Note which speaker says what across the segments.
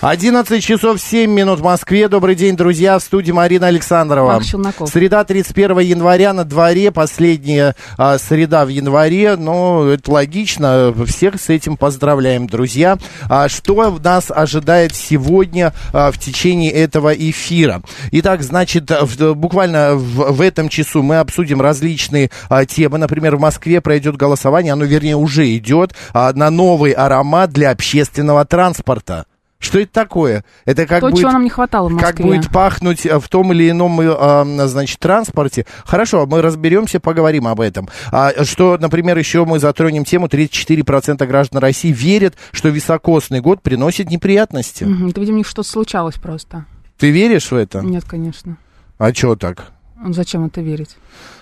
Speaker 1: 11 часов 7 минут в Москве. Добрый день, друзья. В студии Марина Александрова.
Speaker 2: Марк Челноков.
Speaker 1: Среда 31 января на дворе. Последняя а, среда в январе. Ну, это логично. Всех с этим поздравляем, друзья. А, что нас ожидает сегодня а, в течение этого эфира? Итак, значит, в- буквально в, в этом часу мы обсудим различные а, темы. Например, в Москве пройдет голосование. Оно, вернее, уже идет а, на новый аромат для общественного транспорта. Что это такое? Это как
Speaker 2: То,
Speaker 1: будет,
Speaker 2: чего нам не хватало в Москве.
Speaker 1: как будет пахнуть э, в том или ином, э, э, значит, транспорте. Хорошо, мы разберемся, поговорим об этом. А, что, например, еще мы затронем тему, 34% граждан России верят, что високосный год приносит неприятности.
Speaker 2: Мгм, Это, видимо, у них что-то случалось просто.
Speaker 1: Ты веришь в это?
Speaker 2: Нет, конечно.
Speaker 1: А что так?
Speaker 2: Ну, Зачем это верить?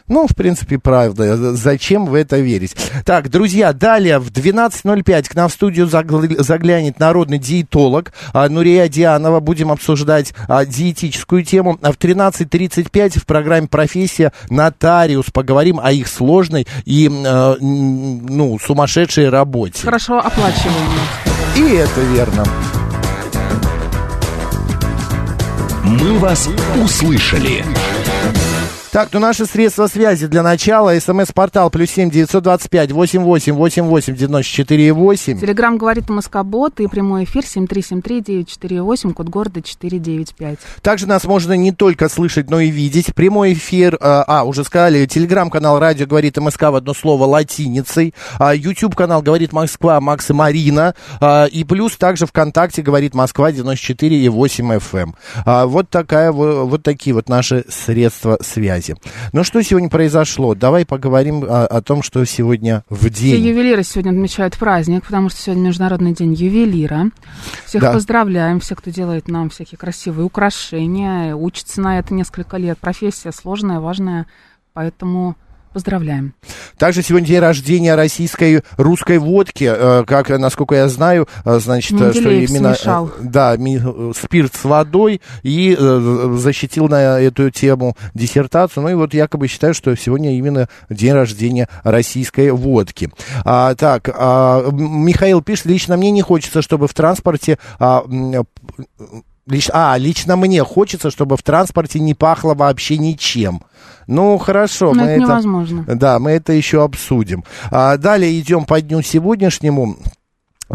Speaker 1: Ну, в принципе, правда. З- Зачем в это верить? Так, друзья, далее в 12.05 к нам в студию загл- заглянет народный диетолог а, Нурия Дианова. Будем обсуждать а, диетическую тему. А в 13.35 в программе «Профессия нотариус» поговорим о их сложной и, м, э, м, ну, сумасшедшей работе.
Speaker 2: Хорошо оплачиваемый.
Speaker 1: И это верно.
Speaker 3: «Мы вас услышали».
Speaker 1: Так, ну наши средства связи для начала. СМС-портал плюс семь девятьсот двадцать пять восемь восемь восемь восемь девяносто четыре восемь.
Speaker 2: Телеграмм говорит Москобот и прямой эфир 7373948, код города 495.
Speaker 1: Также нас можно не только слышать, но и видеть. Прямой эфир, э, а, уже сказали, телеграм-канал «Радио говорит МСК» в одно слово латиницей, а, YouTube-канал «Говорит Москва» Макс и Марина, а, и плюс также ВКонтакте «Говорит Москва» 94 и 8 FM. А, Вот, такая, во- вот такие вот наши средства связи. Ну, что сегодня произошло? Давай поговорим а, о том, что сегодня в
Speaker 2: Все
Speaker 1: день.
Speaker 2: ювелиры сегодня отмечают праздник, потому что сегодня Международный день ювелира. Всех
Speaker 1: Да.
Speaker 2: поздравляем, все, кто делает нам всякие красивые украшения, учится на это несколько лет. Профессия сложная, важная, поэтому поздравляем.
Speaker 1: Также сегодня день рождения российской русской водки. Э, Как, э, насколько я знаю, э, значит, э, что
Speaker 2: Менделеев
Speaker 1: именно... э,
Speaker 2: смешал.
Speaker 1: Да, ми- э, спирт с водой и э, защитил на эту тему диссертацию. Ну и вот якобы считаю, что сегодня именно день рождения российской водки. А, так, а, М- Михаил пишет, лично мне не хочется, чтобы в транспорте... а, м, Лич- а, лично мне хочется, чтобы в транспорте не пахло вообще ничем. Ну, хорошо.
Speaker 2: Но
Speaker 1: мы
Speaker 2: это невозможно.
Speaker 1: да, мы это еще обсудим. А, далее идем по дню сегодняшнему.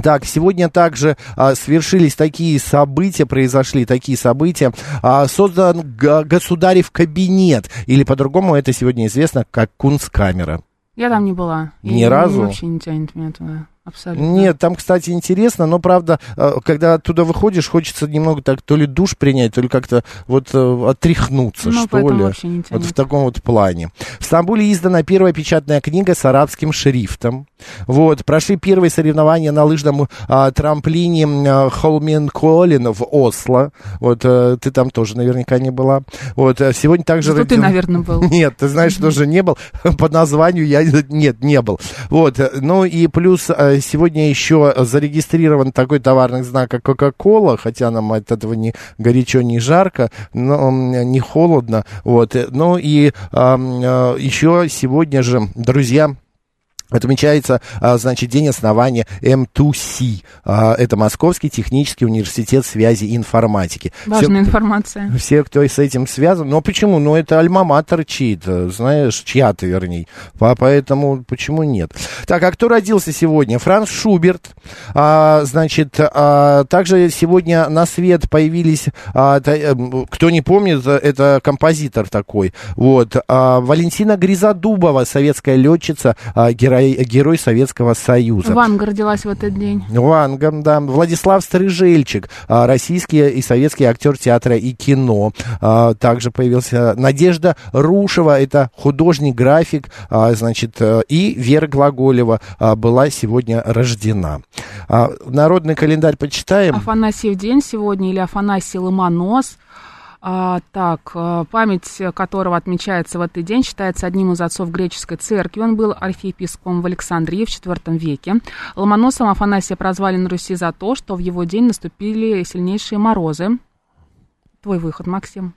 Speaker 1: Так, сегодня также а, свершились такие события, произошли такие события. А, создан г- государев кабинет, или по-другому это сегодня известно как Кунсткамера.
Speaker 2: Я там не была.
Speaker 1: Ни
Speaker 2: И
Speaker 1: разу?
Speaker 2: Вообще не тянет меня туда. Абсолютно.
Speaker 1: Нет, там, кстати, интересно, но правда, э, когда оттуда выходишь, хочется немного так то ли душ принять, то ли как-то вот э, отряхнуться,
Speaker 2: Ну,
Speaker 1: что
Speaker 2: поэтому
Speaker 1: ли.
Speaker 2: вообще не
Speaker 1: Вот
Speaker 2: тянет.
Speaker 1: в таком вот плане. В Стамбуле издана первая печатная книга с арабским шрифтом. Вот, прошли первые соревнования на лыжном а, трамплине Холмен Колин в Осло. Вот, э, ты там тоже наверняка не была. Вот, э, сегодня также...
Speaker 2: Зато ты,
Speaker 1: родил-
Speaker 2: наверное, был.
Speaker 1: Нет, ты знаешь, тоже не был. По названию я нет, не был. Вот. э, Ну и плюс э, сегодня еще зарегистрирован такой товарный знак, как Кока-Кола, хотя нам от этого не горячо, не жарко, но м, не холодно. Вот. э, Ну и ам, э, еще сегодня же, друзья, Отмечается, а, значит, день основания М2С. А, Это Московский технический университет связи и информатики. Всё-
Speaker 2: Важная информация.
Speaker 1: все, кто с этим связан. Но почему? Ну, это альма-матер чей-то, знаешь, чья-то, вернее. По- Поэтому почему нет? Так, а кто родился сегодня? Франц Шуберт. А, значит, а, также сегодня на свет появились, а, та- эм, кто не помнит, это композитор такой. Вот. а, Валентина Гризодубова, советская летчица, а, героиня со- Герой Советского Союза.
Speaker 2: Ванга родилась в этот день.
Speaker 1: Вангам, да. Владислав Стрижельчик, а, российский и советский актер театра и кино. А, Также появился Надежда Рушева, это художник, график, а, значит, э, и Вера Глаголева а, была сегодня рождена. А, Народный календарь почитаем.
Speaker 2: Афанасьев день сегодня или Афанасий Ломонос. А, так, а, память которого отмечается в этот день, считается одним из отцов греческой церкви. Он был архиепископом в Александрии в IV веке. Ломоносом Афанасия прозвали на Руси за то, что в его день наступили сильнейшие морозы. Твой выход, Максим.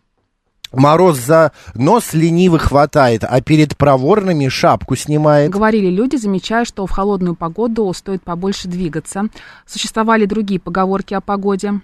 Speaker 1: Мороз за нос ленивый хватает, а перед проворными шапку снимает.
Speaker 2: Говорили люди, замечая, что в холодную погоду стоит побольше двигаться. Существовали другие поговорки о погоде.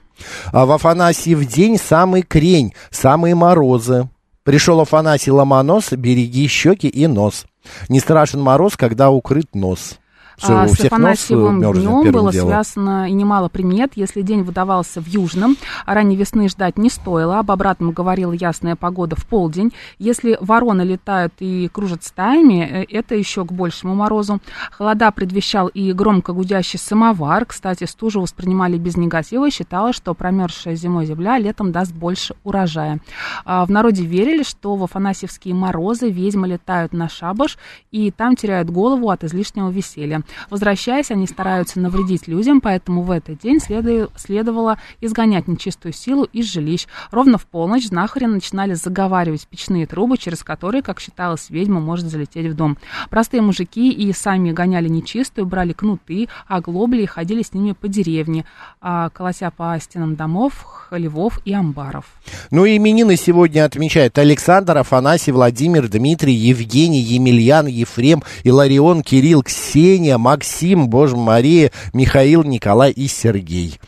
Speaker 1: А в Афанасьев день самый крень, самые морозы. Пришел Афанасий Ломонос, береги щеки и нос. Не страшен мороз, когда укрыт нос. Всё,
Speaker 2: А
Speaker 1: у
Speaker 2: с
Speaker 1: всех нос,
Speaker 2: Афанасьевым
Speaker 1: э, мерзнет
Speaker 2: днем
Speaker 1: первым
Speaker 2: было
Speaker 1: делом.
Speaker 2: связано и немало примет. Если день выдавался в Южном, а ранней весны ждать не стоило. Об обратном говорила ясная погода в полдень. Если вороны летают и кружат стаями, э, это еще к большему морозу. Холода предвещал и громко гудящий самовар. Кстати, стужу воспринимали без негатива и считалось, что промерзшая зимой земля летом даст больше урожая. А В народе верили, что в афанасьевские морозы ведьмы летают на шабаш и там теряют голову от излишнего веселья. Возвращаясь, они стараются навредить людям, поэтому в этот день следу- следовало изгонять нечистую силу из жилищ. Ровно в полночь знахари начинали заговаривать печные трубы, через которые, как считалось, ведьма может залететь в дом. Простые мужики и сами гоняли нечистую, брали кнуты, оглобли и ходили с ними по деревне, а, колося по стенам домов, холевов и амбаров.
Speaker 1: Ну и именины сегодня отмечают Александр, Афанасий, Владимир, Дмитрий, Евгений, Емельян, Ефрем, Иларион, Кирилл, Ксения, Максим, Боже Мария, Михаил, Николай и Сергей.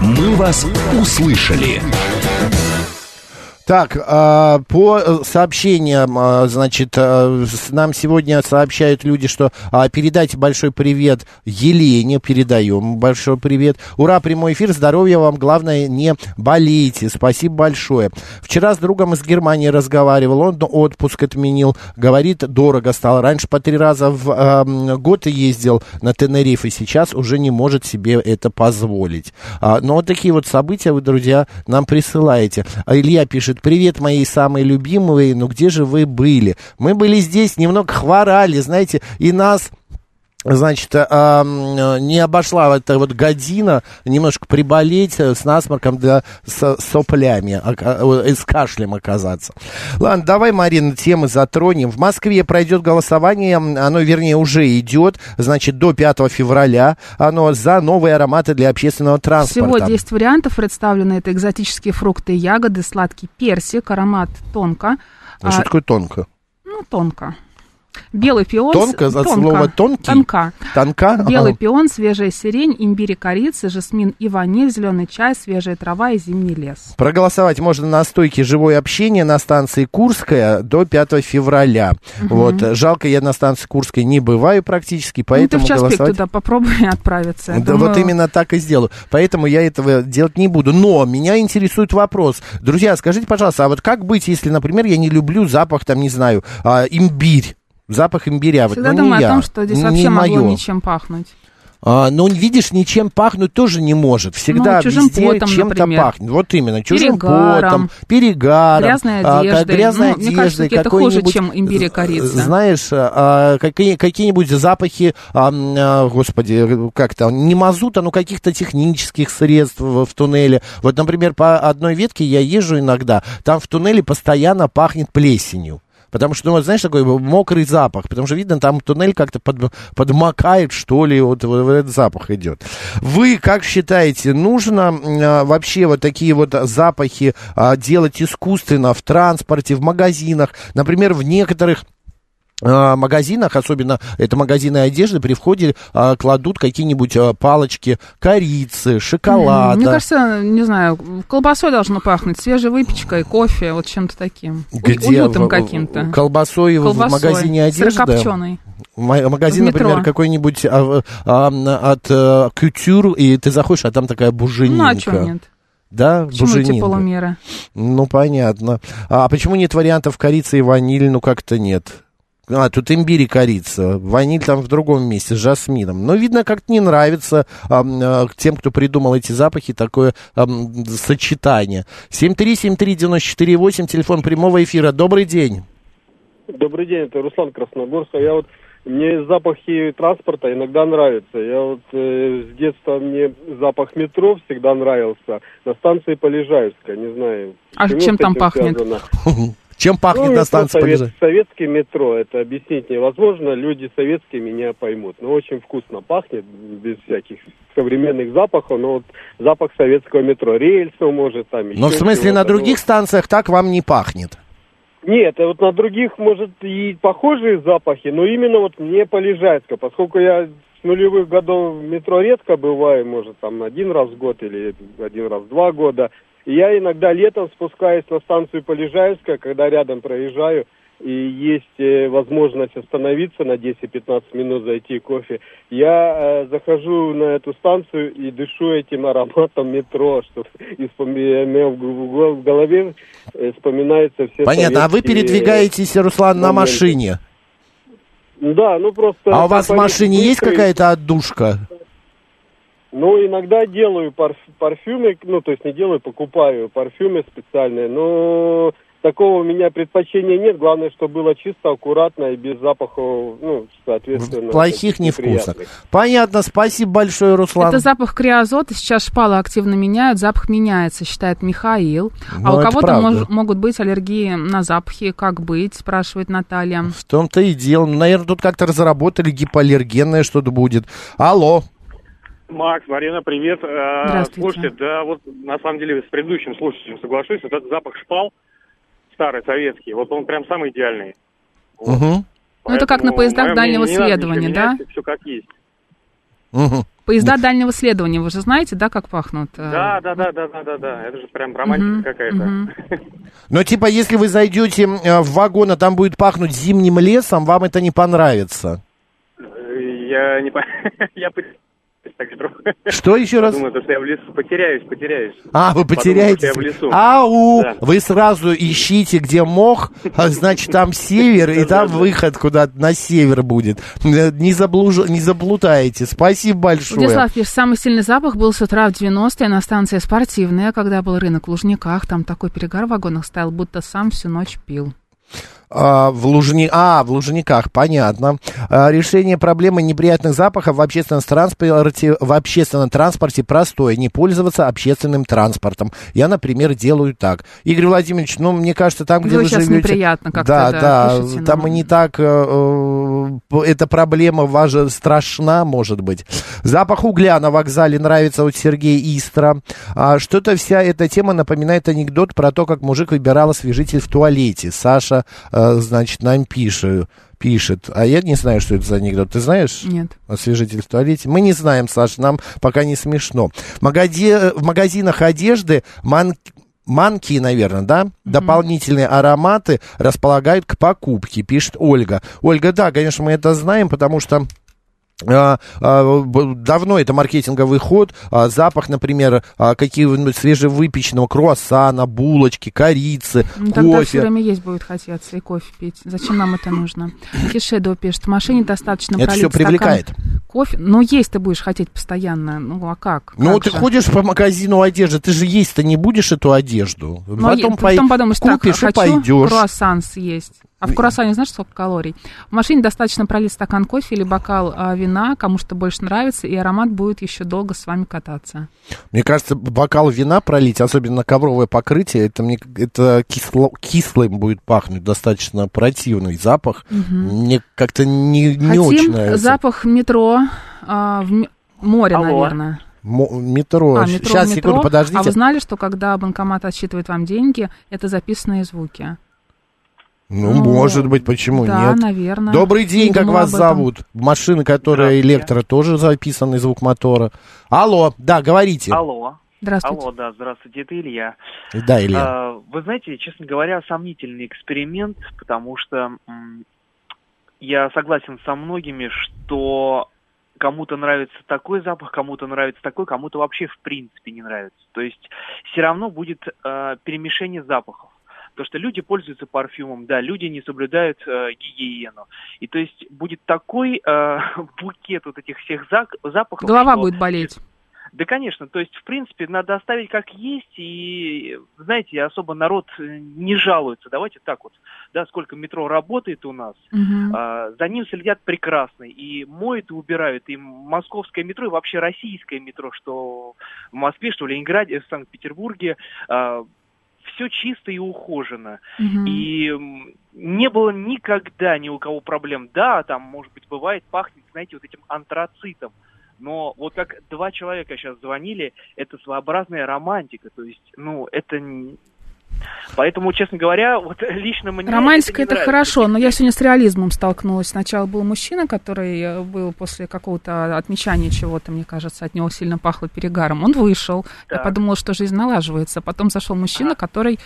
Speaker 3: «Мы вас услышали».
Speaker 1: Так, а, по э, сообщениям, а, значит, а, с- нам сегодня сообщают люди, что а, передайте большой привет Елене, передаем большой привет. Ура, прямой эфир, здоровья вам, главное, не болейте, спасибо большое. Вчера с другом из Германии разговаривал, он отпуск отменил, говорит, дорого стало, раньше по три раза в а, м, год ездил на Тенерифе, сейчас уже не может себе это позволить. А, но вот такие вот события вы, друзья, нам присылаете. А Илья пишет, привет, мои самые любимые, ну где же вы были? Мы были здесь, немного хворали, знаете, и нас... Значит, а, а, м, не обошла эта вот година немножко приболеть э, с насморком, да, с соплями, ока- э, и с кашлем оказаться. Ладно, давай, Марина, темы затронем. В Москве пройдет голосование, м, оно, вернее, уже идет, значит, до 5 февраля, оно за новые ароматы для общественного транспорта.
Speaker 2: Всего 10 вариантов представлены. Это экзотические фрукты и ягоды, сладкий персик, аромат тонко.
Speaker 1: А Что
Speaker 2: а,
Speaker 1: такое тонко?
Speaker 2: ну, тонко. Белый пион. с-
Speaker 1: Тонко, за слово тонкий?
Speaker 2: Тонка.
Speaker 1: Тонка?
Speaker 2: Белый
Speaker 1: Ага.
Speaker 2: пион, свежая сирень, имбирь и корица, жасмин и ваниль, зеленый чай, свежая трава и зимний лес.
Speaker 1: Проголосовать можно на стойке «Живое общение» на станции Курская до 5 февраля. Вот. э, Жалко, я на станции Курской не бываю практически,
Speaker 2: Ну,
Speaker 1: поэтому
Speaker 2: ты в час пик
Speaker 1: голосовать...
Speaker 2: туда попробуй отправиться. Я
Speaker 1: Да,
Speaker 2: думаю,
Speaker 1: вот именно так и сделаю. Поэтому я этого делать не буду. Но меня интересует вопрос. Друзья, скажите, пожалуйста, а вот как быть, если, например, я не люблю запах, там, не знаю, а, имбирь? Запах имбиря. вот,
Speaker 2: Всегда
Speaker 1: ну, не
Speaker 2: думаю о
Speaker 1: я,
Speaker 2: том, что здесь
Speaker 1: не
Speaker 2: вообще могло
Speaker 1: моё.
Speaker 2: ничем пахнуть.
Speaker 1: А, ну, видишь, ничем пахнуть тоже не может. Всегда
Speaker 2: Ну, чужим
Speaker 1: везде
Speaker 2: потом,
Speaker 1: чем-то
Speaker 2: например.
Speaker 1: пахнет. Вот именно, чужим
Speaker 2: Перегаром.
Speaker 1: потом, перегаром.
Speaker 2: Грязной
Speaker 1: а, как-
Speaker 2: одеждой.
Speaker 1: грязной
Speaker 2: Ну, мне кажется,
Speaker 1: одеждой,
Speaker 2: таки это хуже,
Speaker 1: какой-нибудь,
Speaker 2: чем имбирь и корица.
Speaker 1: Знаешь, а, какие, какие-нибудь запахи, а, м, а, господи, как там, не мазута, но каких-то технических средств в, в туннеле. Вот, например, по одной ветке я езжу иногда, там в туннеле постоянно пахнет плесенью. Потому что, ну, вот, знаешь, такой мокрый запах. Потому что, видно, там туннель как-то под- подмокает, что ли, вот, в- в этот запах идет. Вы как считаете, нужно м, а, вообще вот такие вот запахи а, делать искусственно в транспорте, в магазинах? Например, в некоторых а, магазинах, особенно это магазины одежды, при входе а, кладут какие-нибудь а, палочки корицы, шоколада.
Speaker 2: Мне кажется, не знаю, колбасой должно пахнуть, свежей выпечкой, кофе, вот чем-то таким. У-
Speaker 1: Где
Speaker 2: Уютом
Speaker 1: в-
Speaker 2: каким-то.
Speaker 1: Колбасой, в-
Speaker 2: Колбасой,
Speaker 1: в магазине одежды.
Speaker 2: сырокопченой.
Speaker 1: Ма- Магазин,
Speaker 2: В метро.
Speaker 1: например, какой-нибудь а, в- а, м, от э, кутюр, и ты заходишь, а там такая
Speaker 2: Ну,
Speaker 1: буженинка.
Speaker 2: а чё нет?
Speaker 1: Да,
Speaker 2: Почему эти
Speaker 1: буженин.
Speaker 2: полумеры?
Speaker 1: Ну, понятно. А почему нет вариантов корицы и ваниль? Ну, как-то нет. А, тут имбирь и корица. Ваниль там в другом месте, с жасмином. Но, видно, как-то не нравится ам, э, тем, кто придумал эти запахи, такое ам, сочетание. 7373948, телефон прямого эфира. Добрый день.
Speaker 4: Добрый день, это Руслан Красногорск. А Я вот мне запахи транспорта иногда нравятся. Я вот э, с детства мне запах метро всегда нравился. На станции Полежаевская, не знаю.
Speaker 2: А
Speaker 4: почему
Speaker 2: чем
Speaker 4: с
Speaker 2: там
Speaker 4: этим
Speaker 2: пахнет?
Speaker 4: связано.
Speaker 1: Чем пахнет
Speaker 4: Ну,
Speaker 1: на
Speaker 4: метро
Speaker 1: станции
Speaker 4: совет-
Speaker 1: Полежаевская?
Speaker 4: Советское метро, это объяснить невозможно. Люди советские меня поймут. Но очень вкусно пахнет, без всяких современных запахов. Но вот запах советского метро. Рельсов может там.
Speaker 1: Ну, в
Speaker 4: еще
Speaker 1: смысле, на
Speaker 4: чего-то. Ну,
Speaker 1: других станциях так вам не пахнет.
Speaker 4: нет, а вот на других, может, и похожие запахи, но именно вот мне полежайска, поскольку я с нулевых годов в метро редко бываю, может, там один раз в год или один раз в два года. И я иногда летом спускаюсь на станцию Полежаевская, когда рядом проезжаю, и есть э, возможность остановиться на 10-15 минут, зайти кофе. Я э, захожу на эту станцию и дышу этим ароматом метро, что и вспоми- у меня в гу- в голове э, вспоминаются все
Speaker 1: Понятно. А вы
Speaker 4: советские- э,
Speaker 1: передвигаетесь, Руслан, на
Speaker 4: моменты.
Speaker 1: машине.
Speaker 4: Да, ну просто...
Speaker 1: А у вас в
Speaker 4: поехать
Speaker 1: машине есть
Speaker 4: быстро и-
Speaker 1: какая-то отдушка?
Speaker 4: Ну, иногда делаю парф- парфюмы, ну, то есть не делаю, покупаю парфюмы специальные, но такого у меня предпочтения нет. Главное, чтобы было чисто, аккуратно и без запахов, ну, соответственно...
Speaker 1: Плохих,
Speaker 4: таких
Speaker 1: невкусных.
Speaker 4: неприятных.
Speaker 1: Понятно. Спасибо большое, Руслан.
Speaker 2: Это запах криозота. Сейчас шпалы активно меняют, запах меняется, считает Михаил. а
Speaker 1: Ну,
Speaker 2: у
Speaker 1: это
Speaker 2: кого-то
Speaker 1: правда.
Speaker 2: мож- могут быть аллергии на запахи. Как быть, спрашивает Наталья. Ну,
Speaker 1: В том-то и дело. Ну, Наверное, тут как-то разработали гипоаллергенное что-то будет. Алло.
Speaker 5: Макс, Марина, привет. Э,
Speaker 2: Здравствуйте.
Speaker 5: Слушайте, да, вот на самом деле с предыдущим слушателем соглашусь, вот этот запах шпал старый, советский, вот он прям самый идеальный. Вот.
Speaker 1: Мгм.
Speaker 2: Ну, это как на
Speaker 5: Поэтому
Speaker 2: поездах
Speaker 5: моё
Speaker 2: дальнего
Speaker 5: мнение, не надо
Speaker 2: следования,
Speaker 5: ничего
Speaker 2: да?
Speaker 5: менять, Все как есть.
Speaker 1: Мгм.
Speaker 2: Поезда дальнего следования, вы же знаете, да, как пахнут? э?
Speaker 5: Да, да, да, да, да, да, да. Это же прям романтика
Speaker 2: Мгм,
Speaker 5: какая-то.
Speaker 2: мгм.
Speaker 1: Но типа, если вы зайдете э, в вагон, а там будет пахнуть зимним лесом, вам это не понравится.
Speaker 5: Э, Я не по- я потеряюсь так что
Speaker 1: Что еще раз?
Speaker 5: думаю, то, что я в лесу потеряюсь, потеряюсь.
Speaker 1: А, вы
Speaker 5: Подумал,
Speaker 1: потеряетесь.
Speaker 5: что я в лесу.
Speaker 1: Ау!
Speaker 5: Да.
Speaker 1: Вы сразу ищите, где мох, а значит, там север, и там
Speaker 5: Да-да-да.
Speaker 1: выход куда-то на север будет. Э, Не, заблуж... не заблутаете. Спасибо большое.
Speaker 2: Владислав пишет, самый сильный запах был с утра в 90-е на станции «Спортивная», когда был рынок в Лужниках. Там такой перегар в вагонах стоял, будто сам всю ночь пил.
Speaker 1: А, в Лужни... а, в Лужниках, понятно. А, решение проблемы неприятных запахов в общественном транспорте, в общественном транспорте простое. Не пользоваться общественным транспортом. Я, например, делаю так. Игорь Владимирович, ну, мне кажется, там, где
Speaker 2: Вы
Speaker 1: вы
Speaker 2: сейчас
Speaker 1: живете...
Speaker 2: неприятно как-то,
Speaker 1: Да,
Speaker 2: да,
Speaker 1: да,
Speaker 2: пишете,
Speaker 1: там
Speaker 2: но-
Speaker 1: и не так э, э, эта проблема ваша страшна, может быть. Запах угля на вокзале нравится от Сергея Истра. А, что-то вся эта тема напоминает анекдот про то, как мужик выбирал освежитель в туалете. Саша, э, значит, нам пишет, пишет. А я не знаю, что это за анекдот. Ты знаешь?
Speaker 2: Нет.
Speaker 1: освежитель в туалете. А Мы не знаем, Саш, нам пока не смешно. Магаде- э, В магазинах одежды ман- манки, наверное, да, дополнительные ароматы располагают к покупке, пишет Ольга. Ольга, да, конечно, мы это знаем, потому что а, а, б- Давно это маркетинговый ход. А, Запах, например, а, каких-нибудь свежевыпеченного круассана, булочки, корицы,
Speaker 2: Ну, тогда все
Speaker 1: кофе.
Speaker 2: время есть будет хотеться и кофе пить. Зачем нам это нужно? Кишедо пишет, в машине достаточно
Speaker 1: Это
Speaker 2: пролить
Speaker 1: все привлекает.
Speaker 2: стакан кофе. Но есть ты будешь хотеть постоянно. Ну, а как?
Speaker 1: Ну,
Speaker 2: Как
Speaker 1: ты
Speaker 2: же?
Speaker 1: ходишь по магазину одежды, ты же есть-то не будешь эту одежду.
Speaker 2: Ну, а е-
Speaker 1: потом пой-
Speaker 2: подумаешь,
Speaker 1: купишь
Speaker 2: так, а
Speaker 1: и Ну,
Speaker 2: хочу
Speaker 1: пойдешь.
Speaker 2: круассан съесть. А в круассане знаешь, сколько калорий? В машине достаточно пролить стакан кофе или бокал а, вина, кому что больше нравится, и аромат будет еще долго с вами кататься.
Speaker 1: Мне кажется, бокал вина пролить, особенно на ковровое покрытие, это, мне, это кисло, кислым будет пахнуть, достаточно противный запах. Мне как-то не, не
Speaker 2: Хотим
Speaker 1: очень нравится.
Speaker 2: запах метро, а, в м- море,
Speaker 5: Алло.
Speaker 2: наверное.
Speaker 1: Мо- метро.
Speaker 2: А, метро,
Speaker 1: Сейчас,
Speaker 2: метро.
Speaker 1: секунду, подождите.
Speaker 2: А вы знали, что когда банкомат отсчитывает вам деньги, это записанные звуки?
Speaker 1: Ну,
Speaker 2: Ну,
Speaker 1: может быть, почему
Speaker 2: да,
Speaker 1: нет?
Speaker 2: наверное.
Speaker 1: Добрый день,
Speaker 2: Не
Speaker 1: как
Speaker 2: думала
Speaker 1: вас
Speaker 2: об этом.
Speaker 1: зовут? Машина, которая электро, тоже записанный звук мотора. Алло, да, говорите.
Speaker 6: Алло,
Speaker 2: Здравствуйте.
Speaker 6: алло, да, здравствуйте, это Илья.
Speaker 1: Да, Илья.
Speaker 6: А, Вы знаете, честно говоря, сомнительный эксперимент, потому что м, я согласен со многими, что
Speaker 5: Кому-то нравится такой запах, кому-то нравится такой, кому-то вообще в принципе не нравится. То есть все равно будет э, перемешение запахов. То, что люди пользуются парфюмом, да, люди не соблюдают э, гигиену. И то есть будет такой э, букет вот этих всех зак- запахов.
Speaker 2: Голова
Speaker 5: что-
Speaker 2: будет болеть.
Speaker 5: Да, конечно. То есть, в принципе, надо оставить как есть. И, знаете, особо народ э, не жалуется. Давайте так вот. Да, сколько метро работает у нас.
Speaker 2: Мгм.
Speaker 5: а, за ним следят прекрасно. И моют, и убирают. И московское метро, и вообще российское метро, что в Москве, что в Ленинграде, в Санкт-Петербурге. все чисто и ухожено.
Speaker 2: Мгм.
Speaker 5: И м, не было никогда ни у кого проблем. Да, там, может быть, бывает, пахнет, знаете, вот этим антрацитом. Но вот как два человека сейчас звонили, это своеобразная романтика. То есть, ну, это... н- Поэтому, честно говоря, вот лично мне...
Speaker 2: Романтика
Speaker 5: не
Speaker 2: это
Speaker 5: нравится.
Speaker 2: хорошо, но я сегодня с реализмом столкнулась. Сначала был мужчина, который э, был после какого-то отмечания чего-то, мне кажется, от него сильно пахло перегаром. Он вышел. Я
Speaker 5: Так. А.
Speaker 2: подумала, что жизнь налаживается. Потом зашел мужчина, который,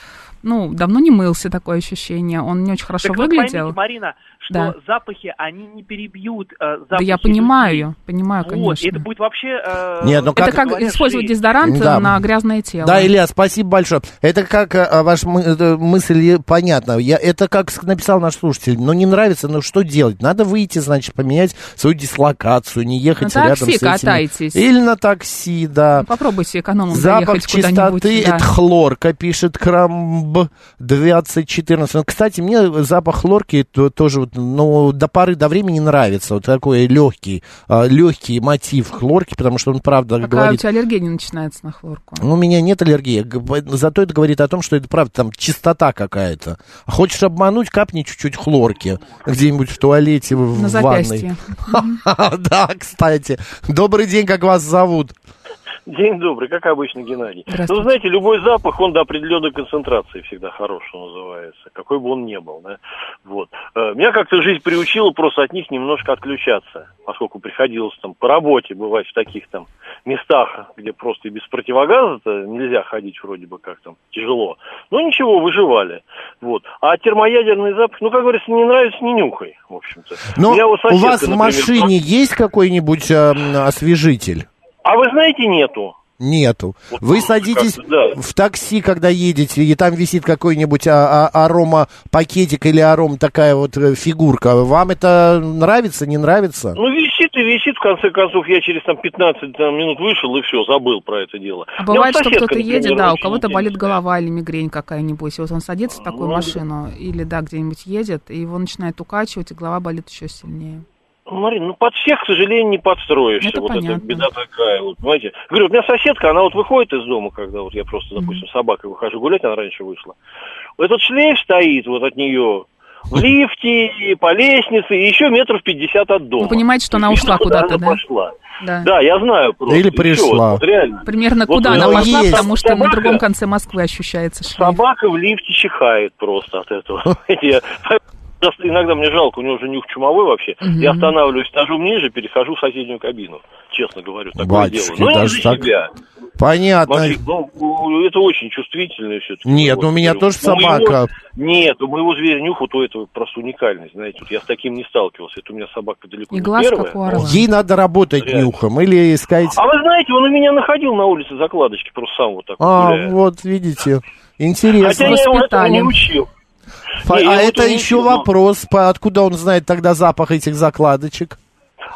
Speaker 2: ну, давно не мылся, такое ощущение. Он не очень хорошо
Speaker 5: Так вот
Speaker 2: выглядел.
Speaker 5: поймите, Марина, что
Speaker 2: Да.
Speaker 5: запахи, они не перебьют э, запахи
Speaker 2: да я
Speaker 5: людей.
Speaker 2: понимаю, понимаю,
Speaker 5: Вот,
Speaker 2: конечно.
Speaker 5: это будет вообще... э,
Speaker 1: Нет, ну
Speaker 2: Это
Speaker 1: как
Speaker 2: как
Speaker 5: говоря,
Speaker 2: использовать
Speaker 5: шире.
Speaker 2: дезодорант
Speaker 1: Да.
Speaker 2: на грязное тело.
Speaker 1: Да, Илья, спасибо большое. Это как а, ваша мы- э, мысль понятна. Я, это как с- написал наш слушатель. Ну, не нравится, ну что делать? Надо выйти, значит, поменять свою дислокацию, не ехать
Speaker 2: На
Speaker 1: рядом
Speaker 2: такси
Speaker 1: с этими.
Speaker 2: катайтесь.
Speaker 1: Или на такси, да.
Speaker 2: Ну, Попробуйте экономом
Speaker 1: Запах
Speaker 2: доехать куда-нибудь.
Speaker 1: чистоты
Speaker 2: да.
Speaker 1: это хлорка, пишет Крамб 2014. Ну, Кстати, мне запах хлорки то- тоже вот, ну, до поры до времени нравится. Вот такой легкий, а, легкий мотив хлорки, потому что он, правда,
Speaker 2: Какая у
Speaker 1: говорит
Speaker 2: тебя аллергия не начинается на хлорку?
Speaker 1: ну, у меня нет аллергии. Г- б- Зато это говорит о том, что это правда, там чистота какая-то. А Хочешь обмануть, капни чуть-чуть хлорки где-нибудь в туалете, в,
Speaker 2: На
Speaker 1: в ванной.
Speaker 2: запястье.
Speaker 1: Да, кстати. Добрый день, как вас зовут?
Speaker 4: День добрый, как обычно, Геннадий.
Speaker 2: Здравствуйте.
Speaker 4: Ну, знаете, любой запах, он до определенной концентрации всегда хорош, что называется, какой бы он ни был, да. Вот. Э, Меня как-то жизнь приучила просто от них немножко отключаться, поскольку приходилось там по работе бывать в таких там местах, где просто и без противогаза-то нельзя ходить вроде бы как там тяжело. Но ничего, выживали. Вот. А термоядерный запах, ну, как говорится, не нравится, не нюхай, в общем-то.
Speaker 1: Ну,
Speaker 4: меня вот
Speaker 1: у
Speaker 4: соседка,
Speaker 1: вас в
Speaker 4: например,
Speaker 1: машине есть какой-нибудь эм, освежитель?
Speaker 4: А вы знаете, нету.
Speaker 1: Нету.
Speaker 4: Вот
Speaker 1: Вы
Speaker 4: как-то,
Speaker 1: садитесь
Speaker 4: да.
Speaker 1: в такси, когда едете, и там висит какой-нибудь а- а- арома пакетик или аром такая вот э, фигурка. Вам это нравится, не нравится?
Speaker 4: Ну, висит и висит, в конце концов, я через там 15 там, минут вышел и все, забыл про это дело.
Speaker 2: А бывает, что
Speaker 4: Ну, соседка,
Speaker 2: кто-то
Speaker 4: например,
Speaker 2: едет, да, у
Speaker 4: очень
Speaker 2: кого-то болит
Speaker 4: интересная.
Speaker 2: голова или мигрень какая-нибудь, и вот он садится в такую
Speaker 4: Ну,
Speaker 2: машину или, да, где-нибудь едет, и его начинает укачивать, и голова болит еще сильнее.
Speaker 4: Ну, Марин, ну под всех, к сожалению, не подстроишься.
Speaker 2: Это
Speaker 4: вот
Speaker 2: понятно.
Speaker 4: эта беда такая. Вот, понимаете? Говорю, у меня соседка, она вот выходит из дома, когда вот я просто, допустим, с собакой выхожу гулять, она раньше вышла. Этот шлейф стоит вот от нее в лифте, и по лестнице, и еще метров 50 от дома.
Speaker 2: Вы понимаете, что она
Speaker 4: Видно,
Speaker 2: ушла куда-то,
Speaker 4: она
Speaker 2: да?
Speaker 4: пошла.
Speaker 2: Да.
Speaker 4: Да, я знаю просто.
Speaker 1: Или
Speaker 4: И всё,
Speaker 1: пришла.
Speaker 4: вот реально.
Speaker 2: Примерно
Speaker 4: Вот
Speaker 2: куда
Speaker 4: у
Speaker 2: она
Speaker 4: меня
Speaker 2: пошла,
Speaker 4: есть
Speaker 2: потому что на
Speaker 4: собака.
Speaker 2: другом конце Москвы ощущается шлейф.
Speaker 4: Собака в лифте чихает просто от этого. Знаете, я- просто Иногда мне жалко, у него уже нюх чумовой вообще.
Speaker 2: Мгм.
Speaker 4: Я останавливаюсь этажом ниже, перехожу в соседнюю кабину. Честно говорю, такое дело.
Speaker 1: Батюшки,
Speaker 4: Ну, не
Speaker 1: даже
Speaker 4: за
Speaker 1: так?
Speaker 4: себя.
Speaker 1: Понятно.
Speaker 4: Максим, ну, у- это очень чувствительное все-таки.
Speaker 1: Нет, ну, у меня тоже собака.
Speaker 4: нет, у моего зверя нюх, вот у этого просто уникальность. Знаете, вот я с таким не сталкивался. Это у меня собака далеко
Speaker 2: И
Speaker 4: не
Speaker 2: глаз,
Speaker 4: первая.
Speaker 2: как у орла.
Speaker 1: Ей надо работать
Speaker 4: Реально.
Speaker 1: нюхом или искать...
Speaker 4: А вы знаете, он у меня находил на улице закладочки, просто сам вот так
Speaker 1: А,
Speaker 4: гуляя.
Speaker 1: вот, видите.
Speaker 4: Хотя
Speaker 1: Интересно.
Speaker 4: я его этому
Speaker 2: воспитали.
Speaker 4: не учил.
Speaker 1: По-
Speaker 4: не, я
Speaker 1: а
Speaker 4: вот
Speaker 1: это
Speaker 4: не
Speaker 1: еще
Speaker 4: видел, но-
Speaker 1: вопрос, по- откуда он знает тогда запах этих закладочек?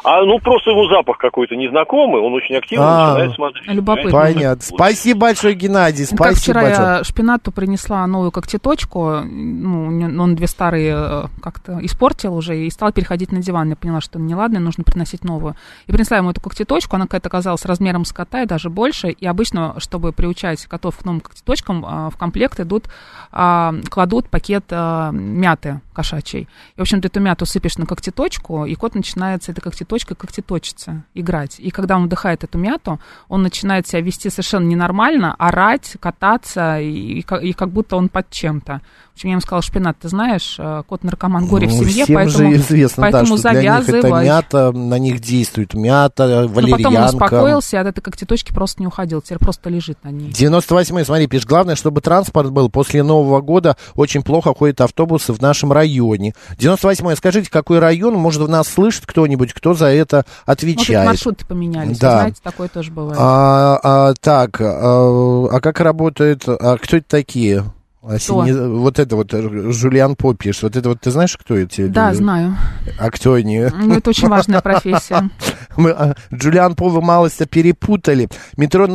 Speaker 4: А ну просто ему запах какой-то незнакомый, он очень активно
Speaker 1: А,
Speaker 4: начинает смотреть.
Speaker 2: любопытно.
Speaker 4: понимаете?
Speaker 1: Понятно.
Speaker 4: Вот.
Speaker 1: Спасибо большое, Геннадий.
Speaker 2: Ну, Как
Speaker 1: Спасибо
Speaker 2: вчера
Speaker 1: большое.
Speaker 2: я шпинату принесла новую когтеточку, ну, у неё- он две старые э, как-то испортил уже и стал переходить на диван. Я поняла, что неладно, нужно приносить новую. И принесла ему эту когтеточку, она какая-то оказалась размером с кота и даже больше. И обычно, чтобы приучать котов к новым когтеточкам, а, в комплект идут, а, кладут пакет а, мяты кошачьей. И, в общем, ты эту мяту сыпешь на когтеточку, и кот начинает с этой когтеточкой когтеточиться, играть. И когда он вдыхает эту мяту, он начинает себя вести совершенно ненормально, орать, кататься, и, и ка- и как будто он под чем-то. В общем, я ему сказала, Шпинат, ты знаешь, э, кот наркоман горе в
Speaker 1: Ну,
Speaker 2: семье,
Speaker 1: всем
Speaker 2: поэтому,
Speaker 1: же известно, да,
Speaker 2: поэтому
Speaker 1: что для них это
Speaker 2: завязывай.
Speaker 1: мята, на них действует мята,
Speaker 2: Но Ну, потом он
Speaker 1: валерьянка.
Speaker 2: успокоился, и от этой когтеточки просто не уходил, теперь просто лежит на ней.
Speaker 1: 98-й, смотри, пишет, главное, чтобы транспорт был. После Нового года очень плохо ходят автобусы в нашем районе. 98-й, скажите, какой район? Может, в нас слышит кто-нибудь, кто за это
Speaker 2: Может,
Speaker 1: отвечает.
Speaker 2: быть, маршруты поменялись,
Speaker 1: Да.
Speaker 2: вы знаете, такое тоже бывает.
Speaker 1: А, а, так, а, а как работает, а кто это такие? А
Speaker 2: Кто?
Speaker 1: сине- вот это вот э, Жулиан Попиш, вот это вот, ты знаешь, кто эти?
Speaker 2: да,
Speaker 1: люди?
Speaker 2: знаю.
Speaker 1: А кто они?
Speaker 2: Ну, это очень важная профессия.
Speaker 1: Мы, а, Джулиан Пова малость перепутали. Метро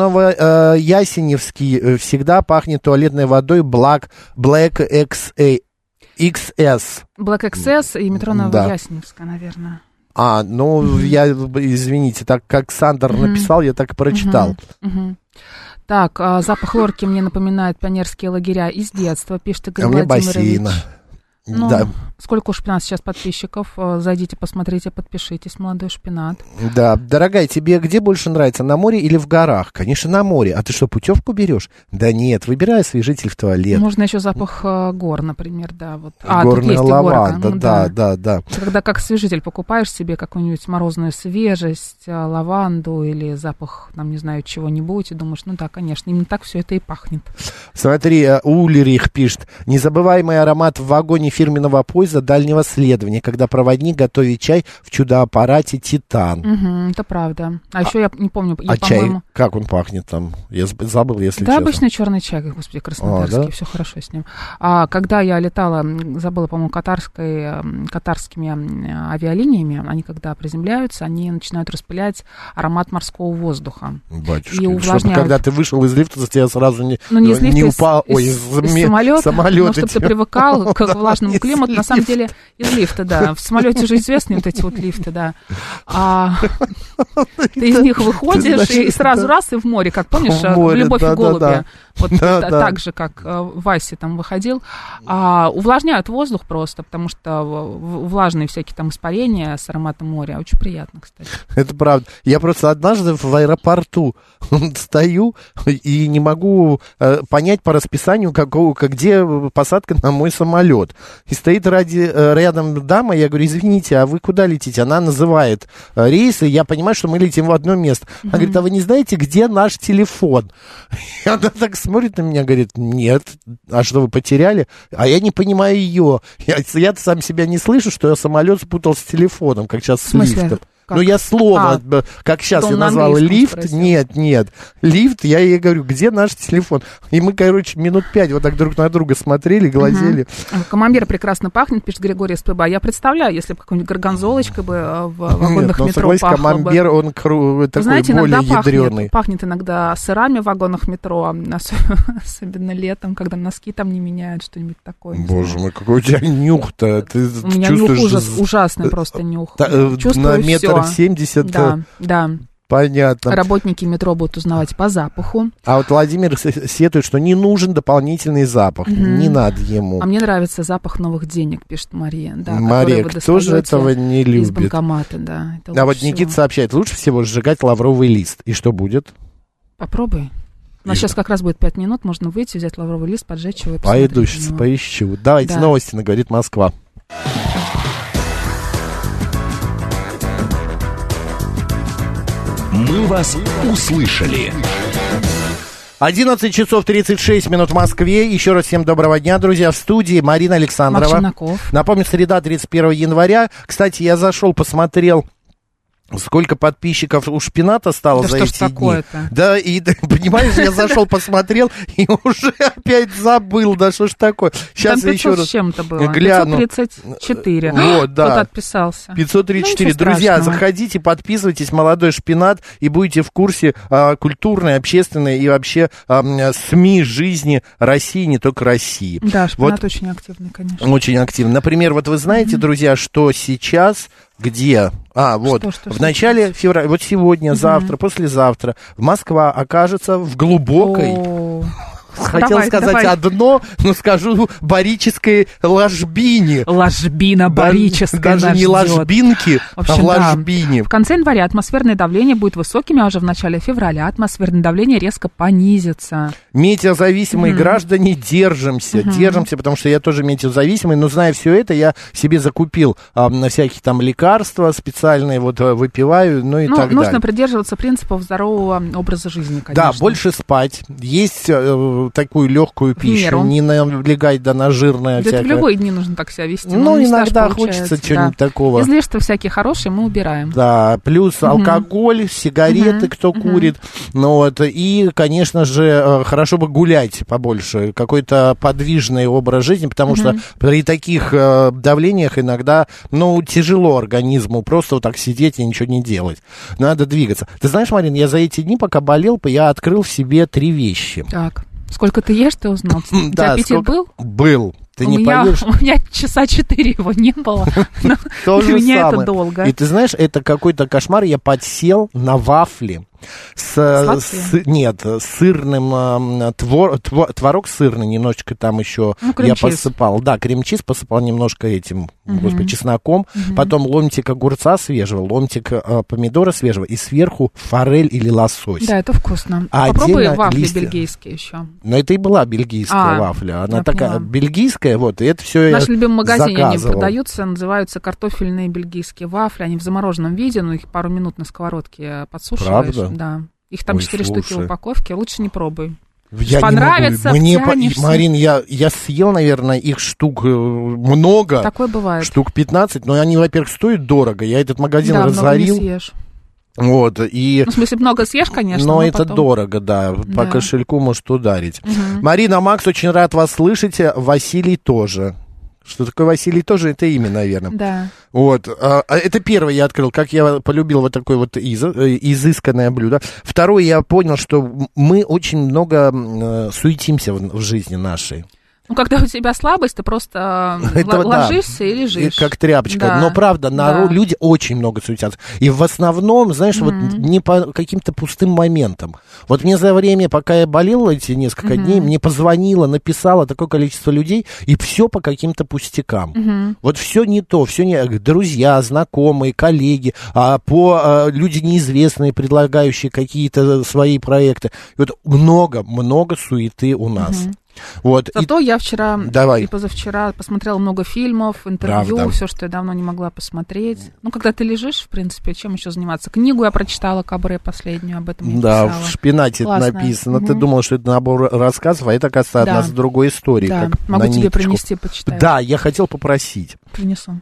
Speaker 1: Новоясеневский э, всегда пахнет туалетной водой Black, Black XA, XS.
Speaker 2: Black Access и метро
Speaker 1: Да.
Speaker 2: Новоясеневская, наверное.
Speaker 1: А, ну, я, извините, так как Сандер
Speaker 2: Мгм.
Speaker 1: написал, я так и прочитал.
Speaker 2: Мгм, мгм. Так, а, запах лорки мне напоминает пионерские лагеря из детства, пишет Игорь
Speaker 1: А мне
Speaker 2: Владимирович.
Speaker 1: бассейна.
Speaker 2: Ну,
Speaker 1: Да.
Speaker 2: сколько у Шпинат сейчас подписчиков? Э, Зайдите, посмотрите, подпишитесь, молодой Шпинат.
Speaker 1: Да, дорогая, тебе где больше нравится, на море или в горах? Конечно, на море. А ты что, путевку берешь? Да нет, выбирай освежитель в туалет.
Speaker 2: Можно еще запах э, гор, например, да. Вот. Ну, А, тут
Speaker 1: Горная
Speaker 2: есть и горка,
Speaker 1: лаванда,
Speaker 2: ну
Speaker 1: да, да, да.
Speaker 2: Ты Когда как освежитель покупаешь себе какую-нибудь морозную свежесть, э, лаванду или запах, там, не знаю, чего-нибудь, и думаешь, ну да, конечно, именно так все это и пахнет.
Speaker 1: Смотри, э, Ульрих пишет. Незабываемый аромат в вагоне фирменного поезда дальнего следования, когда проводник готовит чай в чудо-аппарате «Титан».
Speaker 2: Мгм, это правда. А еще я не помню, я,
Speaker 1: а чай,
Speaker 2: по-моему...
Speaker 1: как он пахнет там? Я заб- забыл, если
Speaker 2: да,
Speaker 1: честно.
Speaker 2: обычный черный чай, господи, краснодарский,
Speaker 1: А, да?
Speaker 2: все хорошо с ним. А когда я летала, м, забыла, по-моему, катарской, м, катарскими м, авиалиниями, они когда приземляются, они начинают распылять аромат морского воздуха.
Speaker 1: Батюшки,
Speaker 2: И
Speaker 1: чтобы
Speaker 2: увлажняют.
Speaker 1: когда ты вышел из лифта, за тебя сразу не,
Speaker 2: Ну, не из лифта, из-
Speaker 1: упал,
Speaker 2: из,
Speaker 1: ой, из,
Speaker 2: из
Speaker 1: ми-
Speaker 2: самолета,
Speaker 1: самолета
Speaker 2: ну, чтобы ты
Speaker 1: тебе.
Speaker 2: привыкал к
Speaker 1: Да,
Speaker 2: влажному
Speaker 1: из
Speaker 2: климату. На самом деле, из лифта, да. В самолете же известны вот эти вот лифты, да. А ты из них выходишь
Speaker 1: знаешь,
Speaker 2: и сразу
Speaker 1: да.
Speaker 2: раз и в море, как помнишь,
Speaker 1: В
Speaker 2: э,
Speaker 1: море,
Speaker 2: «Любовь и
Speaker 1: да-да-да.
Speaker 2: голуби». Вот
Speaker 1: Да,
Speaker 2: та-
Speaker 1: да.
Speaker 2: так же, как э, Вася там выходил. А увлажняют воздух просто, потому что в- в- влажные всякие там испарения с ароматом моря. Очень приятно, кстати.
Speaker 1: Это правда. Я просто однажды в аэропорту стою и не могу э, понять по расписанию, какого, как- где посадка на мой самолет. И стоит ради, э, рядом дама, я говорю, извините, а вы куда летите? Она называет э, рейсы, я понимаю, что мы летим в одно место. Она говорит, а вы не знаете, где наш телефон? И она так смотрит на меня, говорит, нет, а что вы потеряли? А я не понимаю ее. Я, я сам себя не слышу, что я самолет спутал с телефоном, как сейчас с
Speaker 2: смысле?
Speaker 1: лифтом.
Speaker 2: Как?
Speaker 1: Ну, я слово,
Speaker 2: А,
Speaker 1: б- как сейчас
Speaker 2: он
Speaker 1: я
Speaker 2: на
Speaker 1: назвал,
Speaker 2: английском
Speaker 1: лифт,
Speaker 2: спросил.
Speaker 1: нет, нет, лифт, я ей говорю, где наш телефон? И мы, короче, минут пять вот так друг на друга смотрели, глазели.
Speaker 2: Мгм. Камамбер прекрасно пахнет, пишет Григорий СПБ. А Я представляю, если бы какой-нибудь горгонзолочкой бы э, в вагонных
Speaker 1: Нет, ну,
Speaker 2: метро
Speaker 1: согласись,
Speaker 2: пахло
Speaker 1: камамбер,
Speaker 2: бы.
Speaker 1: он кру-
Speaker 2: Вы
Speaker 1: такой
Speaker 2: знаете,
Speaker 1: более
Speaker 2: иногда
Speaker 1: ядреный.
Speaker 2: пахнет, пахнет иногда сырами в вагонах метро, ос- особенно летом, когда носки там не меняют, что-нибудь такое. не
Speaker 1: Боже
Speaker 2: знаю.
Speaker 1: мой, какой у тебя нюх-то. Ты
Speaker 2: У меня нюх
Speaker 1: чувствуешь
Speaker 2: ужас,
Speaker 1: з-
Speaker 2: ужасный просто нюх.
Speaker 1: та- э,
Speaker 2: Чувствую
Speaker 1: на метр
Speaker 2: всё.
Speaker 1: семьдесят.
Speaker 2: Да,
Speaker 1: э,
Speaker 2: да.
Speaker 1: Понятно.
Speaker 2: Работники метро будут узнавать по запаху.
Speaker 1: А вот Владимир с- сетует, что не нужен дополнительный запах.
Speaker 2: Мгм.
Speaker 1: Не надо ему.
Speaker 2: А мне нравится запах новых денег, пишет Мария. Да, а которые
Speaker 1: Мария,
Speaker 2: вы
Speaker 1: кто же
Speaker 2: достаёте
Speaker 1: этого не
Speaker 2: Из
Speaker 1: любит?
Speaker 2: банкомата, да. это
Speaker 1: а
Speaker 2: лучше
Speaker 1: вот
Speaker 2: всего.
Speaker 1: Никита сообщает, лучше всего сжигать лавровый лист. И что будет?
Speaker 2: Попробуй. У нас
Speaker 1: И-
Speaker 2: сейчас как раз будет пять минут, можно выйти, взять лавровый лист, поджечь его. и посмотреть
Speaker 1: Пойду
Speaker 2: на
Speaker 1: сейчас
Speaker 2: него.
Speaker 1: поищу. Давайте
Speaker 2: Ну, Да.
Speaker 1: новости, говорит Москва.
Speaker 3: «Мы вас услышали».
Speaker 1: 11 часов 36 минут в Москве. Еще раз всем доброго дня, друзья. В студии Марина Александрова.
Speaker 2: Шинаков.
Speaker 1: Напомню, среда, 31 января. Кстати, я зашел, посмотрел, сколько подписчиков у Шпината стало
Speaker 2: Да
Speaker 1: за
Speaker 2: что ж
Speaker 1: эти дни.
Speaker 2: такое-то?
Speaker 1: Да, и да, понимаешь, я зашел, посмотрел и уже опять забыл, да что ж такое. Сейчас
Speaker 2: Там 500
Speaker 1: еще раз
Speaker 2: с чем-то было.
Speaker 1: гляну. Э,
Speaker 2: 534.
Speaker 1: Вот, да.
Speaker 2: Кто-то отписался.
Speaker 1: 534.
Speaker 2: Ну, ничего
Speaker 1: Друзья,
Speaker 2: страшного.
Speaker 1: заходите, подписывайтесь, молодой шпинат, и будете в курсе а, культурной, общественной и вообще а, м, СМИ жизни России, не только России.
Speaker 2: Да,
Speaker 1: вот
Speaker 2: шпинат очень активный, конечно.
Speaker 1: очень активно. Например, вот вы знаете, друзья, что сейчас где? А, вот,
Speaker 2: Что, что
Speaker 1: в начале февраля, вот сегодня, завтра, послезавтра, Москва окажется в глубокой,
Speaker 2: О,
Speaker 1: хотел
Speaker 2: Давай,
Speaker 1: сказать
Speaker 2: давай.
Speaker 1: одно, но скажу, барической ложбине.
Speaker 2: Ложбина барическая
Speaker 1: Даже
Speaker 2: нас
Speaker 1: не
Speaker 2: ждет.
Speaker 1: ложбинки,
Speaker 2: В общем,
Speaker 1: а
Speaker 2: да.
Speaker 1: ложбине.
Speaker 2: В конце января атмосферное давление будет высоким, а уже в начале февраля атмосферное давление резко понизится.
Speaker 1: Метеозависимые
Speaker 2: Мгм.
Speaker 1: граждане, держимся,
Speaker 2: Мгм.
Speaker 1: держимся, потому что я тоже метеозависимый, но зная все это, я себе закупил а, на всякие там лекарства специальные, вот э, выпиваю, ну и
Speaker 2: ну,
Speaker 1: так
Speaker 2: нужно
Speaker 1: далее.
Speaker 2: придерживаться принципов здорового образа жизни, конечно.
Speaker 1: Да, больше спать, есть э, э, такую легкую пищу,
Speaker 2: примеру.
Speaker 1: не налегать да, на жирное
Speaker 2: Да это в
Speaker 1: всякое.
Speaker 2: любые дни нужно так себя вести.
Speaker 1: Ну,
Speaker 2: не всегда же
Speaker 1: иногда
Speaker 2: получается,
Speaker 1: хочется чего-нибудь такого.
Speaker 2: Излишества всякие хорошие мы убираем.
Speaker 1: Да, плюс
Speaker 2: Мгм.
Speaker 1: алкоголь, сигареты,
Speaker 2: Мгм,
Speaker 1: кто
Speaker 2: мгм.
Speaker 1: курит. Ну вот, и, конечно же, э, хорошо бы гулять побольше, какой-то подвижный образ жизни, потому что
Speaker 7: Мгм.
Speaker 1: при таких э, давлениях иногда, ну, тяжело организму просто вот так сидеть и ничего не делать. Надо двигаться. Ты знаешь, Марин, я за эти дни, пока болел, я открыл в себе три вещи.
Speaker 2: Так, сколько ты ешь, ты узнал. У тебя аппетит
Speaker 1: сколько-
Speaker 2: был?
Speaker 1: Был. Ты
Speaker 2: у,
Speaker 1: не
Speaker 2: меня,
Speaker 1: поверишь.
Speaker 2: у меня часа четыре его не было. Ну, Но
Speaker 1: То
Speaker 2: Для
Speaker 1: же
Speaker 2: меня это
Speaker 1: самое.
Speaker 2: долго.
Speaker 1: И ты знаешь, это какой-то кошмар. Я подсел на вафли. С, э,
Speaker 2: Сладкие?
Speaker 1: с- нет, с сырным эм, твор- тво- творог сырный, немножечко там еще
Speaker 7: Ну,
Speaker 1: я
Speaker 7: крем-чиз.
Speaker 1: посыпал. Да, крем-чиз посыпал немножко этим,
Speaker 7: Мгм.
Speaker 1: господи, чесноком.
Speaker 7: Мгм.
Speaker 1: Потом ломтик огурца свежего, ломтик э, помидора свежего и сверху форель или лосось.
Speaker 2: Да, это вкусно.
Speaker 1: А
Speaker 2: Попробуй
Speaker 1: отдельно
Speaker 2: вафли
Speaker 1: листья.
Speaker 2: бельгийские еще.
Speaker 1: Но это и была бельгийская
Speaker 2: А,
Speaker 1: вафля. Она
Speaker 2: я
Speaker 1: такая
Speaker 2: поняла.
Speaker 1: бельгийская, вот, и это все
Speaker 2: В нашем любимом магазине они
Speaker 1: заказывал.
Speaker 2: продаются, называются картофельные бельгийские вафли. Они в замороженном виде, но их пару минут на сковородке подсушиваешь.
Speaker 1: Правда?
Speaker 2: Да. Их там
Speaker 1: Ой,
Speaker 2: четыре штуки в
Speaker 1: слушай.
Speaker 2: упаковке, лучше не пробуй.
Speaker 1: Я не могу.
Speaker 2: Понравится,
Speaker 1: Мне по-
Speaker 2: втянешься.
Speaker 1: Марин, я, я съел, наверное, их штук э, много.
Speaker 2: Такое бывает.
Speaker 1: Штук 15, но они, во-первых, стоят дорого. Я этот магазин
Speaker 2: да,
Speaker 1: разорил.
Speaker 2: много не съешь.
Speaker 1: Вот, и...
Speaker 2: Ну, в смысле, много съешь, конечно,
Speaker 1: но,
Speaker 2: но,
Speaker 1: это
Speaker 2: потом-
Speaker 1: дорого, да. По
Speaker 2: Да.
Speaker 1: кошельку может ударить.
Speaker 2: Мгм.
Speaker 1: Марина, Макс, очень рад вас слышать. Э, Василий тоже. Что такое Василий тоже? Это имя, наверное.
Speaker 2: Да.
Speaker 1: Вот, а, а это первое я открыл, как я полюбил вот такое вот из- э, изысканное блюдо. Второе, я понял, что м- мы очень много м, э, суетимся в, в жизни нашей.
Speaker 2: Ну, когда у тебя слабость, ты просто э,
Speaker 1: Это
Speaker 2: л-
Speaker 1: да.
Speaker 2: ложишься и лежишь.
Speaker 1: И Как тряпочка.
Speaker 2: Да.
Speaker 1: Но правда, народ-
Speaker 2: Да.
Speaker 1: люди очень много суетятся. И в основном, знаешь, вот не по каким-то пустым моментам. Вот мне за время, пока я болел эти несколько
Speaker 7: Мгм.
Speaker 1: дней, мне позвонило, написало такое количество людей, и все по каким-то пустякам.
Speaker 7: Мгм.
Speaker 1: Вот все не то, все не э, друзья, знакомые, коллеги, а по а, люди неизвестные, предлагающие какие-то свои проекты. И вот много, много суеты у нас.
Speaker 2: Мгм.
Speaker 1: Вот. И-
Speaker 2: Зато я вчера
Speaker 1: Давай.
Speaker 2: и позавчера посмотрела много фильмов, интервью,
Speaker 1: Правда.
Speaker 2: все, что я давно не могла посмотреть. Ну, когда ты лежишь, в принципе, чем еще заниматься? Книгу я прочитала Кабре последнюю, об этом я
Speaker 1: Да,
Speaker 2: писала.
Speaker 1: в шпинате это
Speaker 2: Классная.
Speaker 1: написано. Ты
Speaker 2: Мгм.
Speaker 1: думал, что это набор рассказов, а это оказывается
Speaker 2: Да.
Speaker 1: одна с другой истории.
Speaker 2: Да.
Speaker 1: как
Speaker 2: Могу
Speaker 1: на
Speaker 2: тебе
Speaker 1: ниточку.
Speaker 2: принести, почитаешь.
Speaker 1: Да, я хотел попросить.
Speaker 2: Принесу.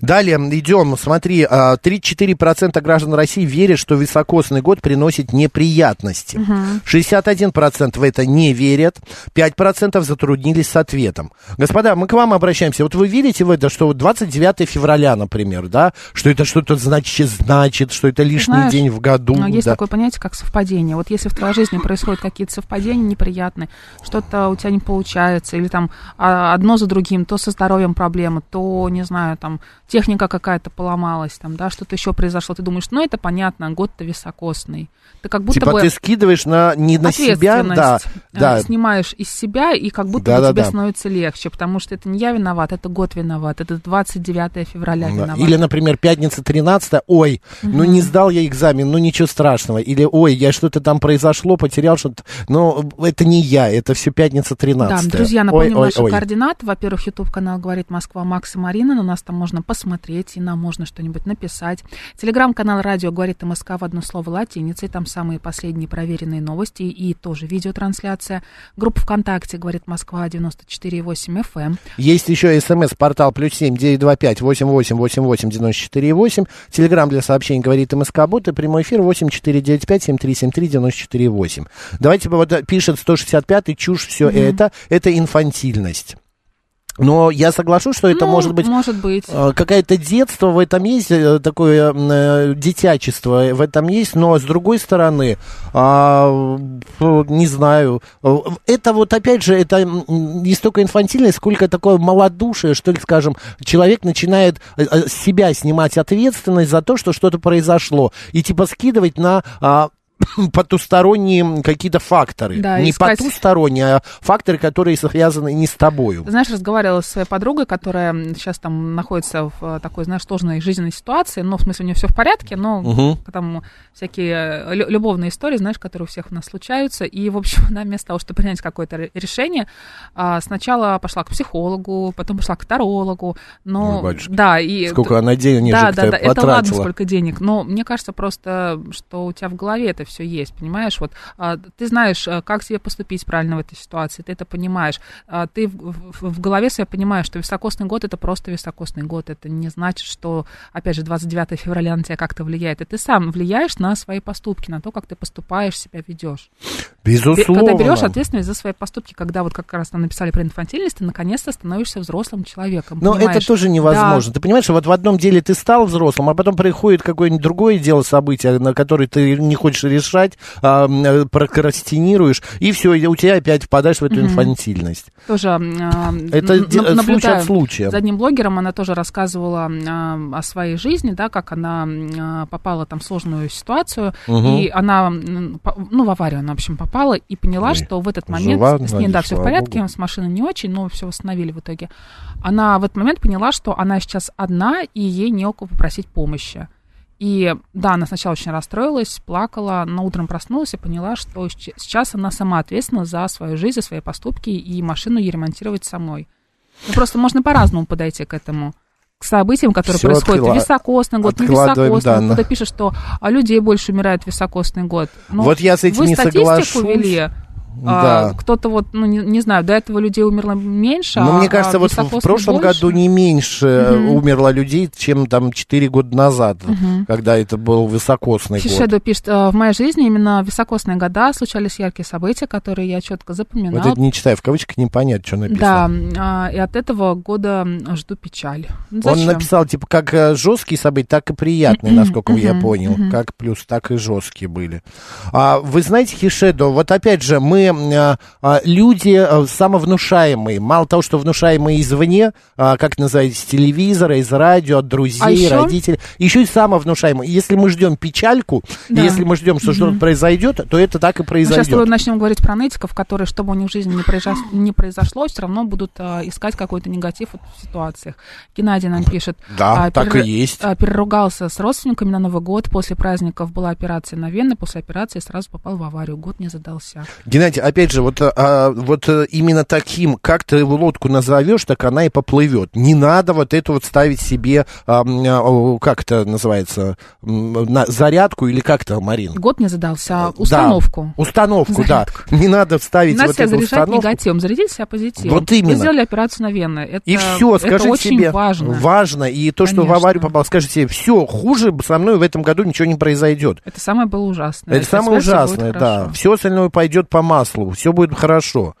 Speaker 1: Далее идем, смотри, а, 34% граждан России верят, что високосный год приносит неприятности.
Speaker 7: Мгм.
Speaker 1: 61% в это не верят, 5% затруднились с ответом. Господа, мы к вам обращаемся. Вот вы верите в это, что вот 29 февраля, например, да, что это что-то значит, значит что это лишний
Speaker 2: Знаешь,
Speaker 1: день в году.
Speaker 2: но есть
Speaker 1: да.
Speaker 2: такое понятие, как совпадение. Вот если в твоей жизни происходят какие-то совпадения неприятные, что-то у тебя не получается, или там а, одно за другим, то со здоровьем проблемы, то, не знаю, там техника какая-то поломалась, там, да, что-то еще произошло, ты думаешь, ну, это понятно, год-то високосный. Ты как будто
Speaker 1: типа
Speaker 2: бы...
Speaker 1: ты скидываешь на не на себя, да,
Speaker 2: ответственность, э,
Speaker 1: да.
Speaker 2: снимаешь из себя, и как будто бы
Speaker 1: Да-да-да.
Speaker 2: тебе становится легче, потому что это не я виноват, это год виноват, это 29 февраля
Speaker 1: Да.
Speaker 2: виноват.
Speaker 1: Или, например, пятница 13 ой, ну не сдал я экзамен, ну ничего страшного. Или, ой, я что-то там произошло, потерял что-то. Но э, это не я, это все пятница 13
Speaker 2: Да, друзья,
Speaker 1: ой,
Speaker 2: напомним
Speaker 1: ой,
Speaker 2: наши
Speaker 1: ой.
Speaker 2: координаты. Во-первых, YouTube-канал «Говорит Москва» Макс и Марина. На нас там можно посмотреть, и нам можно что-нибудь написать. Телеграм-канал «Радио Говорит МСК» в одно слово латиницей. Там самые последние проверенные новости и тоже видеотрансляция. Группа ВКонтакте «Говорит Москва» 94,8 FM.
Speaker 1: Есть еще смс-портал плюс семь девять два пять восемь восемь восемь восемь девяносто четыре восемь. Телеграмм для сообщений говорит МСК Бот и прямой эфир восемь четыре девять пять семь три семь три девяносто четыре восемь. Давайте вот э, пишет 165 чушь все
Speaker 2: Мгм.
Speaker 1: это, это инфантильность. Но я соглашусь, что это
Speaker 2: Ну,
Speaker 1: может быть
Speaker 2: Может быть.
Speaker 1: Э, Какое-то детство в этом есть, э, такое м, э, детячество в этом есть, но с другой стороны, а, э, не знаю, э, это вот опять же, это м, не столько инфантильность, сколько такое малодушие, что ли, скажем, человек начинает э, э, с себя снимать ответственность за то, что что-то произошло, и типа скидывать на... а, потусторонние м, какие-то факторы.
Speaker 2: Да,
Speaker 1: не
Speaker 2: искать.
Speaker 1: потусторонние, а факторы, которые связаны не с тобою.
Speaker 2: Ты знаешь, разговаривала со своей подругой, которая м, сейчас там находится в э, такой, знаешь, сложной жизненной ситуации, но в смысле у нее все в порядке, но
Speaker 1: Мгм.
Speaker 2: там всякие э, лю- любовные истории, знаешь, которые у всех у нас случаются, и, в общем, она вместо того, чтобы принять какое-то ре- решение, а, сначала пошла к психологу, потом пошла к тарологу, но...
Speaker 1: Ой, батюшки.
Speaker 2: да, и...
Speaker 1: Сколько она денежек-то
Speaker 2: да, да, да, это ладно,
Speaker 1: потратила.
Speaker 2: сколько денег, но мне кажется просто, что у тебя в голове это все есть, понимаешь? Вот а, ты знаешь, а, как себе поступить правильно в этой ситуации, ты это понимаешь. А, ты в, в- в голове себя понимаешь, что високосный год это просто високосный год. Это не значит, что, опять же, 29 февраля на тебя как-то влияет. И ты сам влияешь на свои поступки, на то, как ты поступаешь, себя ведешь.
Speaker 1: Безусловно.
Speaker 2: Когда берешь ответственность за свои поступки, когда вот как раз там написали про инфантильность, ты наконец-то становишься взрослым человеком.
Speaker 1: Но
Speaker 2: понимаешь?
Speaker 1: это тоже невозможно.
Speaker 2: Да.
Speaker 1: Ты понимаешь, вот в одном деле ты стал взрослым, а потом приходит какое-нибудь другое дело, событие, на которое ты не хочешь решать, а, м, прокрастинируешь, и все, и у тебя опять впадаешь в эту
Speaker 2: Мгм.
Speaker 1: инфантильность.
Speaker 2: Тоже м,
Speaker 1: Это
Speaker 2: м,
Speaker 1: де- э,
Speaker 2: наб-
Speaker 1: случай
Speaker 2: наблюдаю
Speaker 1: от случая.
Speaker 2: За одним блогером она тоже рассказывала м, а, о своей жизни, да, как она м, а, попала там в сложную ситуацию,
Speaker 7: Мгм.
Speaker 2: и она, м, по- ну, в аварию она, в общем, попала, и поняла,
Speaker 7: Ой,
Speaker 2: что в этот
Speaker 7: жива,
Speaker 2: момент с ней, да,
Speaker 7: Надя,
Speaker 2: все в
Speaker 7: слава
Speaker 2: порядке,
Speaker 7: богу.
Speaker 2: с машиной не очень, но все восстановили в итоге. Она в этот момент поняла, что она сейчас одна, и ей не у кого попросить помощи. И да, она сначала очень расстроилась, плакала, но утром проснулась и поняла, что щ- сейчас она сама ответственна за свою жизнь, за свои поступки, и машину ей ремонтировать самой. Ну, просто можно по-разному подойти к этому. К событиям, которые
Speaker 1: Всё
Speaker 2: происходят.
Speaker 1: откла-
Speaker 2: Високосный год, не
Speaker 1: откладываем
Speaker 2: високосный. Ну,
Speaker 1: данных.
Speaker 2: Кто-то пишет, что а, людей больше умирает в високосный год. Ну,
Speaker 1: Вот я с этим
Speaker 2: вы
Speaker 1: не
Speaker 2: статистику
Speaker 1: соглашусь.
Speaker 2: вели.
Speaker 1: Да.
Speaker 2: а, кто-то вот, ну, не, не знаю, до этого людей умерло меньше,
Speaker 1: Но
Speaker 2: а-
Speaker 1: мне кажется,
Speaker 2: а
Speaker 1: вот в
Speaker 2: високосный
Speaker 1: прошлом
Speaker 2: больше.
Speaker 1: году не меньше э,
Speaker 2: Мгм.
Speaker 1: умерло людей, чем там 4 года назад,
Speaker 2: Мгм.
Speaker 1: когда это был высокосный год.
Speaker 2: Шишедо пишет, «Э, в моей жизни именно в високосные года случались яркие события, которые я четко запоминала.
Speaker 1: Вот это не читая в кавычках, непонятно, что написано.
Speaker 2: да, а, и от этого года м, жду печаль. Ну,
Speaker 1: Он
Speaker 2: зачем?
Speaker 1: написал, типа, как э, жесткие события, так и приятные, насколько я
Speaker 2: мгм,
Speaker 1: понял.
Speaker 2: мгм.
Speaker 1: Как плюс, так и жесткие были. А, вы знаете, Хишедо, вот опять же, мы э, а, люди э, самовнушаемые. Мало того, что внушаемые извне, а, как называется, с телевизора, из радио, от друзей,
Speaker 2: А еще?
Speaker 1: родителей. Еще и самовнушаемые. Если мы ждем печальку,
Speaker 2: Да.
Speaker 1: если мы ждем, что
Speaker 2: Мгм.
Speaker 1: что-то произойдет, то это так и
Speaker 2: Мы сейчас с
Speaker 1: произойдет.
Speaker 2: тобой начнем говорить про нытиков, которые, чтобы у них в жизни не, произош- не произошло, все равно будут а, искать какой-то негатив вот в ситуациях. Геннадий нам пишет.
Speaker 1: Да,
Speaker 2: а,
Speaker 1: так и есть.
Speaker 2: а, переругался с родственниками на Новый год. После праздников была операция на вены, после операции сразу попал в аварию. Год не задался.
Speaker 1: Геннадий, опять же, вот, а, вот э, именно таким, как ты его лодку назовешь, так она и поплывет. Не надо вот это вот ставить себе, а, м, а, о, как это называется, м, на зарядку или как то Марин?
Speaker 2: Год не задался.
Speaker 1: Да,
Speaker 2: Установку.
Speaker 1: установку, да. Не надо вставить
Speaker 2: Надо
Speaker 1: вот
Speaker 2: себя
Speaker 1: эту
Speaker 2: заряжать
Speaker 1: установку.
Speaker 2: негативом, зарядить себя позитивом.
Speaker 1: Вот именно.
Speaker 2: Вы сделали операцию на вены. Это,
Speaker 1: И все,
Speaker 2: это
Speaker 1: скажи
Speaker 2: очень
Speaker 1: себе,
Speaker 2: важно.
Speaker 1: и то, что в
Speaker 2: Конечно.
Speaker 1: аварию попал, скажи себе, все, хуже со мной в этом году ничего не произойдет.
Speaker 2: Это самое было ужасное.
Speaker 1: Это самое ужасное, да. Все остальное пойдет по маслу, все будет хорошо.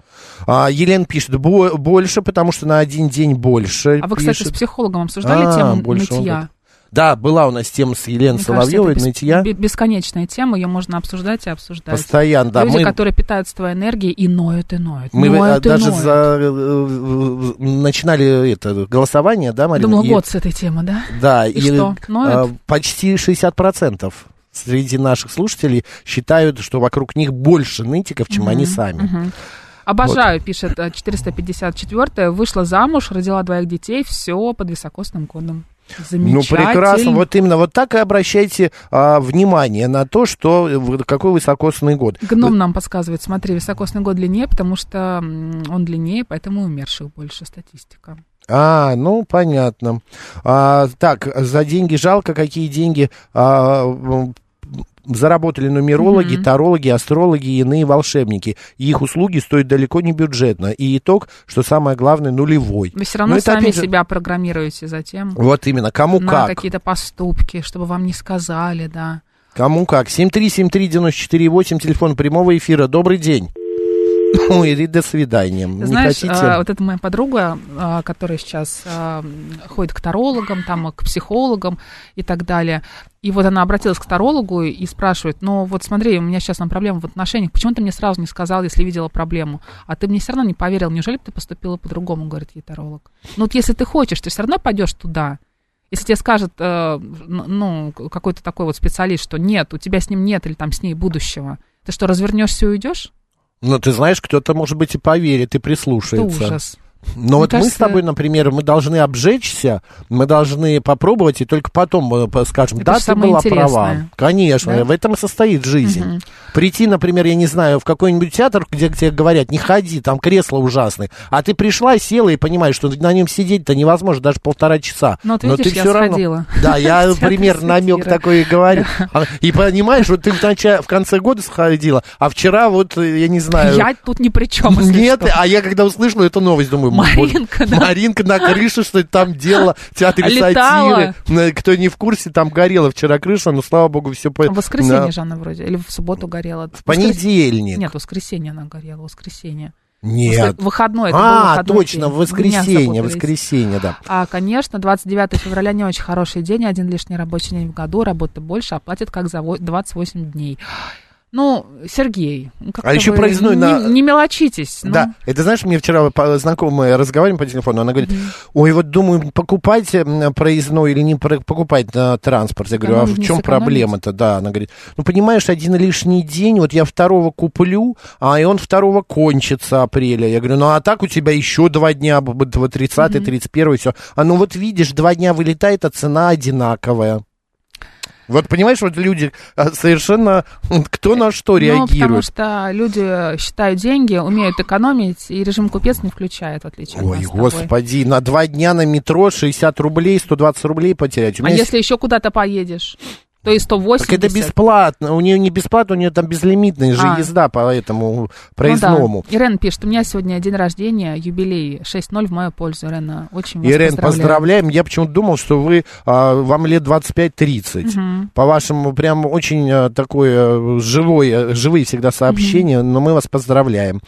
Speaker 1: А, Елена пишет, «Бо- больше, потому что на один день больше.
Speaker 2: А вы, кстати, с
Speaker 1: пишет.
Speaker 2: психологом обсуждали
Speaker 1: А,
Speaker 2: тему
Speaker 1: больше он
Speaker 2: нытья?
Speaker 1: говорит. Да, была у нас тема с Еленой
Speaker 2: Мне
Speaker 1: Соловьевой,
Speaker 2: кажется, это бес-
Speaker 1: нытья.
Speaker 2: бе- бесконечная тема, ее можно обсуждать и обсуждать.
Speaker 1: Постоянно, да,
Speaker 2: Люди,
Speaker 1: мы-
Speaker 2: которые питаются твоей энергией и ноют, и ноют.
Speaker 1: Мы э,
Speaker 2: ноют, и
Speaker 1: даже
Speaker 2: ноют.
Speaker 1: за, э, э, начинали это голосование, да, Марина?
Speaker 2: Думала,
Speaker 1: И-
Speaker 2: вот с этой темы, да?
Speaker 1: Да,
Speaker 2: И что, ноют?
Speaker 1: э, почти 60% среди наших слушателей считают, что вокруг них больше нытиков, чем они сами.
Speaker 2: Мгм. Обожаю, пишет э, 454 Вышла замуж, родила двоих детей, все под високосным годом.
Speaker 1: Ну,
Speaker 2: Замечательно.
Speaker 1: прекрасно. Вот именно вот так и обращайте а, внимание на то, что э, в- какой высокосный год.
Speaker 2: Гном нам подсказывает, смотри, високосный год длиннее, потому что м, он длиннее, поэтому и умерших больше статистика.
Speaker 1: А, ну, понятно. А, так, за деньги жалко, какие деньги а, м, заработали нумерологи, тарологи, астрологи и иные волшебники. И их услуги стоят далеко не бюджетно. И итог, что самое главное, нулевой.
Speaker 2: Вы все равно
Speaker 1: Ну, это
Speaker 2: сами
Speaker 1: опять же-
Speaker 2: себя программируете затем
Speaker 1: Вот именно, кому
Speaker 2: на
Speaker 1: как.
Speaker 2: какие-то поступки, чтобы вам не сказали, да.
Speaker 1: Кому как. 7373948, телефон прямого эфира. Добрый день. Ну, и до свидания.
Speaker 2: Ты Знаешь,
Speaker 1: не
Speaker 2: а,
Speaker 1: хотите?
Speaker 2: вот эта моя подруга, а, которая сейчас а, м, ходит к тарологам, там, а, к психологам и так далее. И вот она обратилась к тарологу и спрашивает, ну вот смотри, у меня сейчас там проблема в отношениях, почему ты мне сразу не сказал, если видела проблему? А ты мне все равно не поверил, неужели бы ты поступила по-другому, говорит ей таролог. Ну вот если ты хочешь, ты все равно пойдешь туда. Если тебе скажет, э, н- ну, к- какой-то такой вот специалист, что нет, у тебя с ним нет или там с ней будущего, ты что, развернешься и уйдешь?
Speaker 1: Ну, ты знаешь, кто-то, может быть, и поверит, и прислушается.
Speaker 2: Это ужас.
Speaker 1: Но вот
Speaker 2: кажется-
Speaker 1: мы с тобой, например, мы должны обжечься, мы должны попробовать, и только потом мы по- скажем,
Speaker 2: Это
Speaker 1: да,
Speaker 2: же
Speaker 1: ты
Speaker 2: самое
Speaker 1: была
Speaker 2: интересное.
Speaker 1: права. Конечно,
Speaker 2: Да?
Speaker 1: в этом и состоит жизнь.
Speaker 2: Мгм.
Speaker 1: Прийти, например, я не знаю, в какой-нибудь театр, где тебе говорят, не ходи, там кресла ужасные. А ты пришла, села и понимаешь, что на нем сидеть-то невозможно даже полтора часа.
Speaker 2: Но ты Ну, видишь, я
Speaker 1: всё
Speaker 2: сходила.
Speaker 1: Да, я
Speaker 2: В театр
Speaker 1: пример намек
Speaker 2: сатира.
Speaker 1: такой и говорю. А, И понимаешь, вот ты в, начале, в конце года сходила, а вчера вот, э, я не знаю...
Speaker 2: Я тут ни при чем. если
Speaker 1: Нет,
Speaker 2: что.
Speaker 1: а я когда услышал эту новость, думаю,
Speaker 2: Маринка,
Speaker 1: вот,
Speaker 2: да.
Speaker 1: Маринка на крыше что то там делала, в театре
Speaker 2: Летала.
Speaker 1: сатиры. На- Кто не в курсе, там горела вчера крыша, но слава богу, все по...
Speaker 2: А В воскресенье
Speaker 1: на-
Speaker 2: же она вроде, или в субботу горела. В
Speaker 1: понедельник.
Speaker 2: Нет, в воскресенье она горела, в воскресенье.
Speaker 1: Нет.
Speaker 2: Воскр- Выходной, это был
Speaker 1: А,
Speaker 2: выходной
Speaker 1: точно,
Speaker 2: день.
Speaker 1: в
Speaker 2: У меня
Speaker 1: воскресенье,
Speaker 2: с собой
Speaker 1: воскресенье, да.
Speaker 2: А, конечно, 29 февраля не очень хороший день, один лишний рабочий день в году, работы больше, а платят как за во- 28 дней. Ну, Сергей, ну, как-то
Speaker 1: А еще
Speaker 2: вы
Speaker 1: проездной
Speaker 2: не,
Speaker 1: на-
Speaker 2: не мелочитесь. ну.
Speaker 1: Да, это знаешь, мне вчера по- знакомая разговариваем по телефону, она говорит, ой, вот думаю, покупать э, проездной или не про- покупать э, транспорт. Я говорю, а
Speaker 2: Сэкономить,
Speaker 1: в
Speaker 2: не
Speaker 1: чем
Speaker 2: сэкономить.
Speaker 1: проблема-то? Да, она говорит, ну понимаешь, один лишний день, вот я второго куплю, а и он второго кончится апреля. Я говорю, ну а так у тебя еще два дня, б- б- вот 30 31 все. А ну вот видишь, два дня вылетает, а цена одинаковая. Вот понимаешь, вот люди э, совершенно, кто на что
Speaker 2: Ну, потому
Speaker 1: реагирует.
Speaker 2: что люди считают деньги, умеют экономить, и режим купец не включает, в отличие от
Speaker 1: Ой,
Speaker 2: нас с тобой.
Speaker 1: господи, на два дня на метро 60 рублей, 120 рублей потерять. У
Speaker 2: А
Speaker 1: меня
Speaker 2: если еще куда-то поедешь, то и 180.
Speaker 1: Так это бесплатно, у нее не бесплатно, у нее там безлимитная же
Speaker 2: А.
Speaker 1: езда по этому
Speaker 2: Ну да.
Speaker 1: проездному.
Speaker 2: Ирен пишет, у меня сегодня день рождения, юбилей, 6-0 в мою пользу, Ирена. Очень вас
Speaker 1: Ирен,
Speaker 2: поздравляю.
Speaker 1: поздравляем. Я почему-то думал, что вы, а, вам лет 25-30.
Speaker 2: Мгм.
Speaker 1: По-вашему, прям очень а, такое э, живое, живые всегда сообщения, но мы вас поздравляем.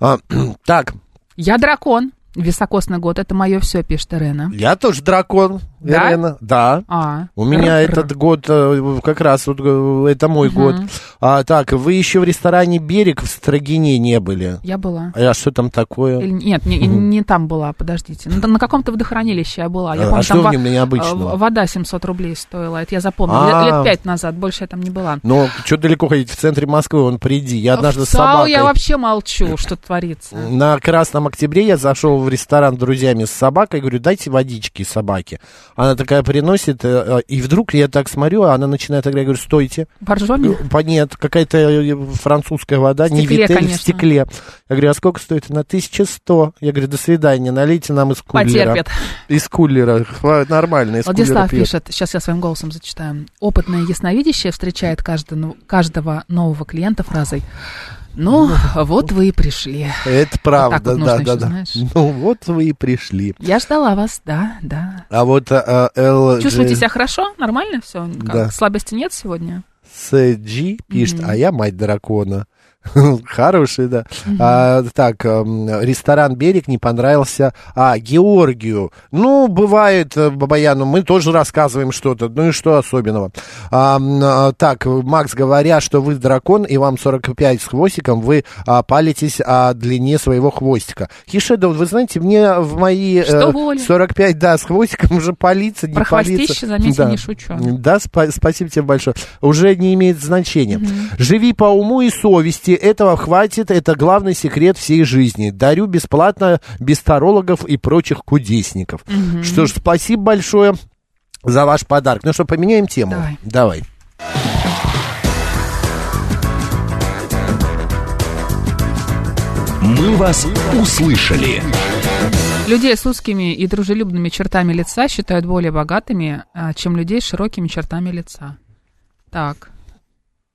Speaker 1: А, так,
Speaker 2: Я дракон. Високосный год, это мое все, пишет Ирена.
Speaker 1: я тоже дракон,
Speaker 2: Да?
Speaker 1: Ирена. Да.
Speaker 2: А,
Speaker 1: У меня
Speaker 2: Р-р.
Speaker 1: этот год, э, как раз вот э, это мой
Speaker 2: Мгм.
Speaker 1: год. А, так, вы еще в ресторане «Берег» в Строгине не были?
Speaker 2: Я была.
Speaker 1: А что там такое?
Speaker 2: Или- нет, не, не там была, подождите. На, на каком-то водохранилище я была. Я
Speaker 1: А
Speaker 2: помню,
Speaker 1: что
Speaker 2: там
Speaker 1: в нем
Speaker 2: во-
Speaker 1: необычного?
Speaker 2: э, Вода 700 рублей стоила, это я запомнила.
Speaker 1: А.
Speaker 2: Лет- Лет пять назад, больше я там не была.
Speaker 1: Ну, что далеко ходить, в центре Москвы, он приди. Я однажды с
Speaker 2: Встал,
Speaker 1: собакой...
Speaker 2: А я вообще молчу, что творится.
Speaker 1: На Красном Октябре я зашел в ресторан с друзьями с собакой, говорю, дайте водички собаке. Она такая приносит, э, э, и вдруг я так смотрю, а она начинает играть, я говорю, стойте.
Speaker 2: Боржоми?
Speaker 1: Э, по- Нет, какая-то э, французская вода,
Speaker 2: В стекле,
Speaker 1: не витель,
Speaker 2: конечно.
Speaker 1: в стекле. Я говорю, а сколько стоит? Она 1100. Я говорю, до свидания, налейте нам из кулера.
Speaker 2: Потерпит.
Speaker 1: Из кулера, Хва- нормально, из
Speaker 2: Владислав
Speaker 1: кулера пьет.
Speaker 2: пишет, сейчас я своим голосом зачитаю. Опытное ясновидящее встречает каждого, каждого нового клиента фразой «Ну, вот вы и пришли».
Speaker 1: Это
Speaker 2: так
Speaker 1: правда,
Speaker 2: вот нужно
Speaker 1: да,
Speaker 2: ещё,
Speaker 1: да, да.
Speaker 2: знаешь.
Speaker 1: Ну вот вы и пришли.
Speaker 2: Я ждала вас, да, да.
Speaker 1: А вот э, э, LG
Speaker 2: Чувствуете себя хорошо? Нормально все?
Speaker 1: Да.
Speaker 2: Слабости нет сегодня?
Speaker 1: SG пишет,
Speaker 2: Мгм.
Speaker 1: а я мать дракона. Хороший, да. А, так, эм, ресторан «Берег» не понравился. А, Георгию. Ну, бывает, э, Бабаяну, мы тоже рассказываем что-то. Ну и что особенного? А, м, а, так, Макс, говоря, что вы дракон и вам 45 с хвостиком, вы а, палитесь о длине своего хвостика. Хишедов, вы знаете, мне в мои э,
Speaker 2: Что, Воля?
Speaker 1: 45, да, с хвостиком уже палиться, не
Speaker 2: Про
Speaker 1: палиться.
Speaker 2: хвостище, заметьте,
Speaker 1: Да.
Speaker 2: не шучу.
Speaker 1: Да, спа- спасибо тебе большое. Уже не имеет значения. Живи по уму и совести. Этого хватит. Это главный секрет всей жизни. Дарю бесплатно без тарологов и прочих кудесников. Что ж, спасибо большое за ваш подарок. Ну что, поменяем тему?
Speaker 2: Давай.
Speaker 1: Давай.
Speaker 3: «Мы вас услышали».
Speaker 2: Людей с узкими и дружелюбными чертами лица считают более богатыми, а, чем людей с широкими чертами лица. Так.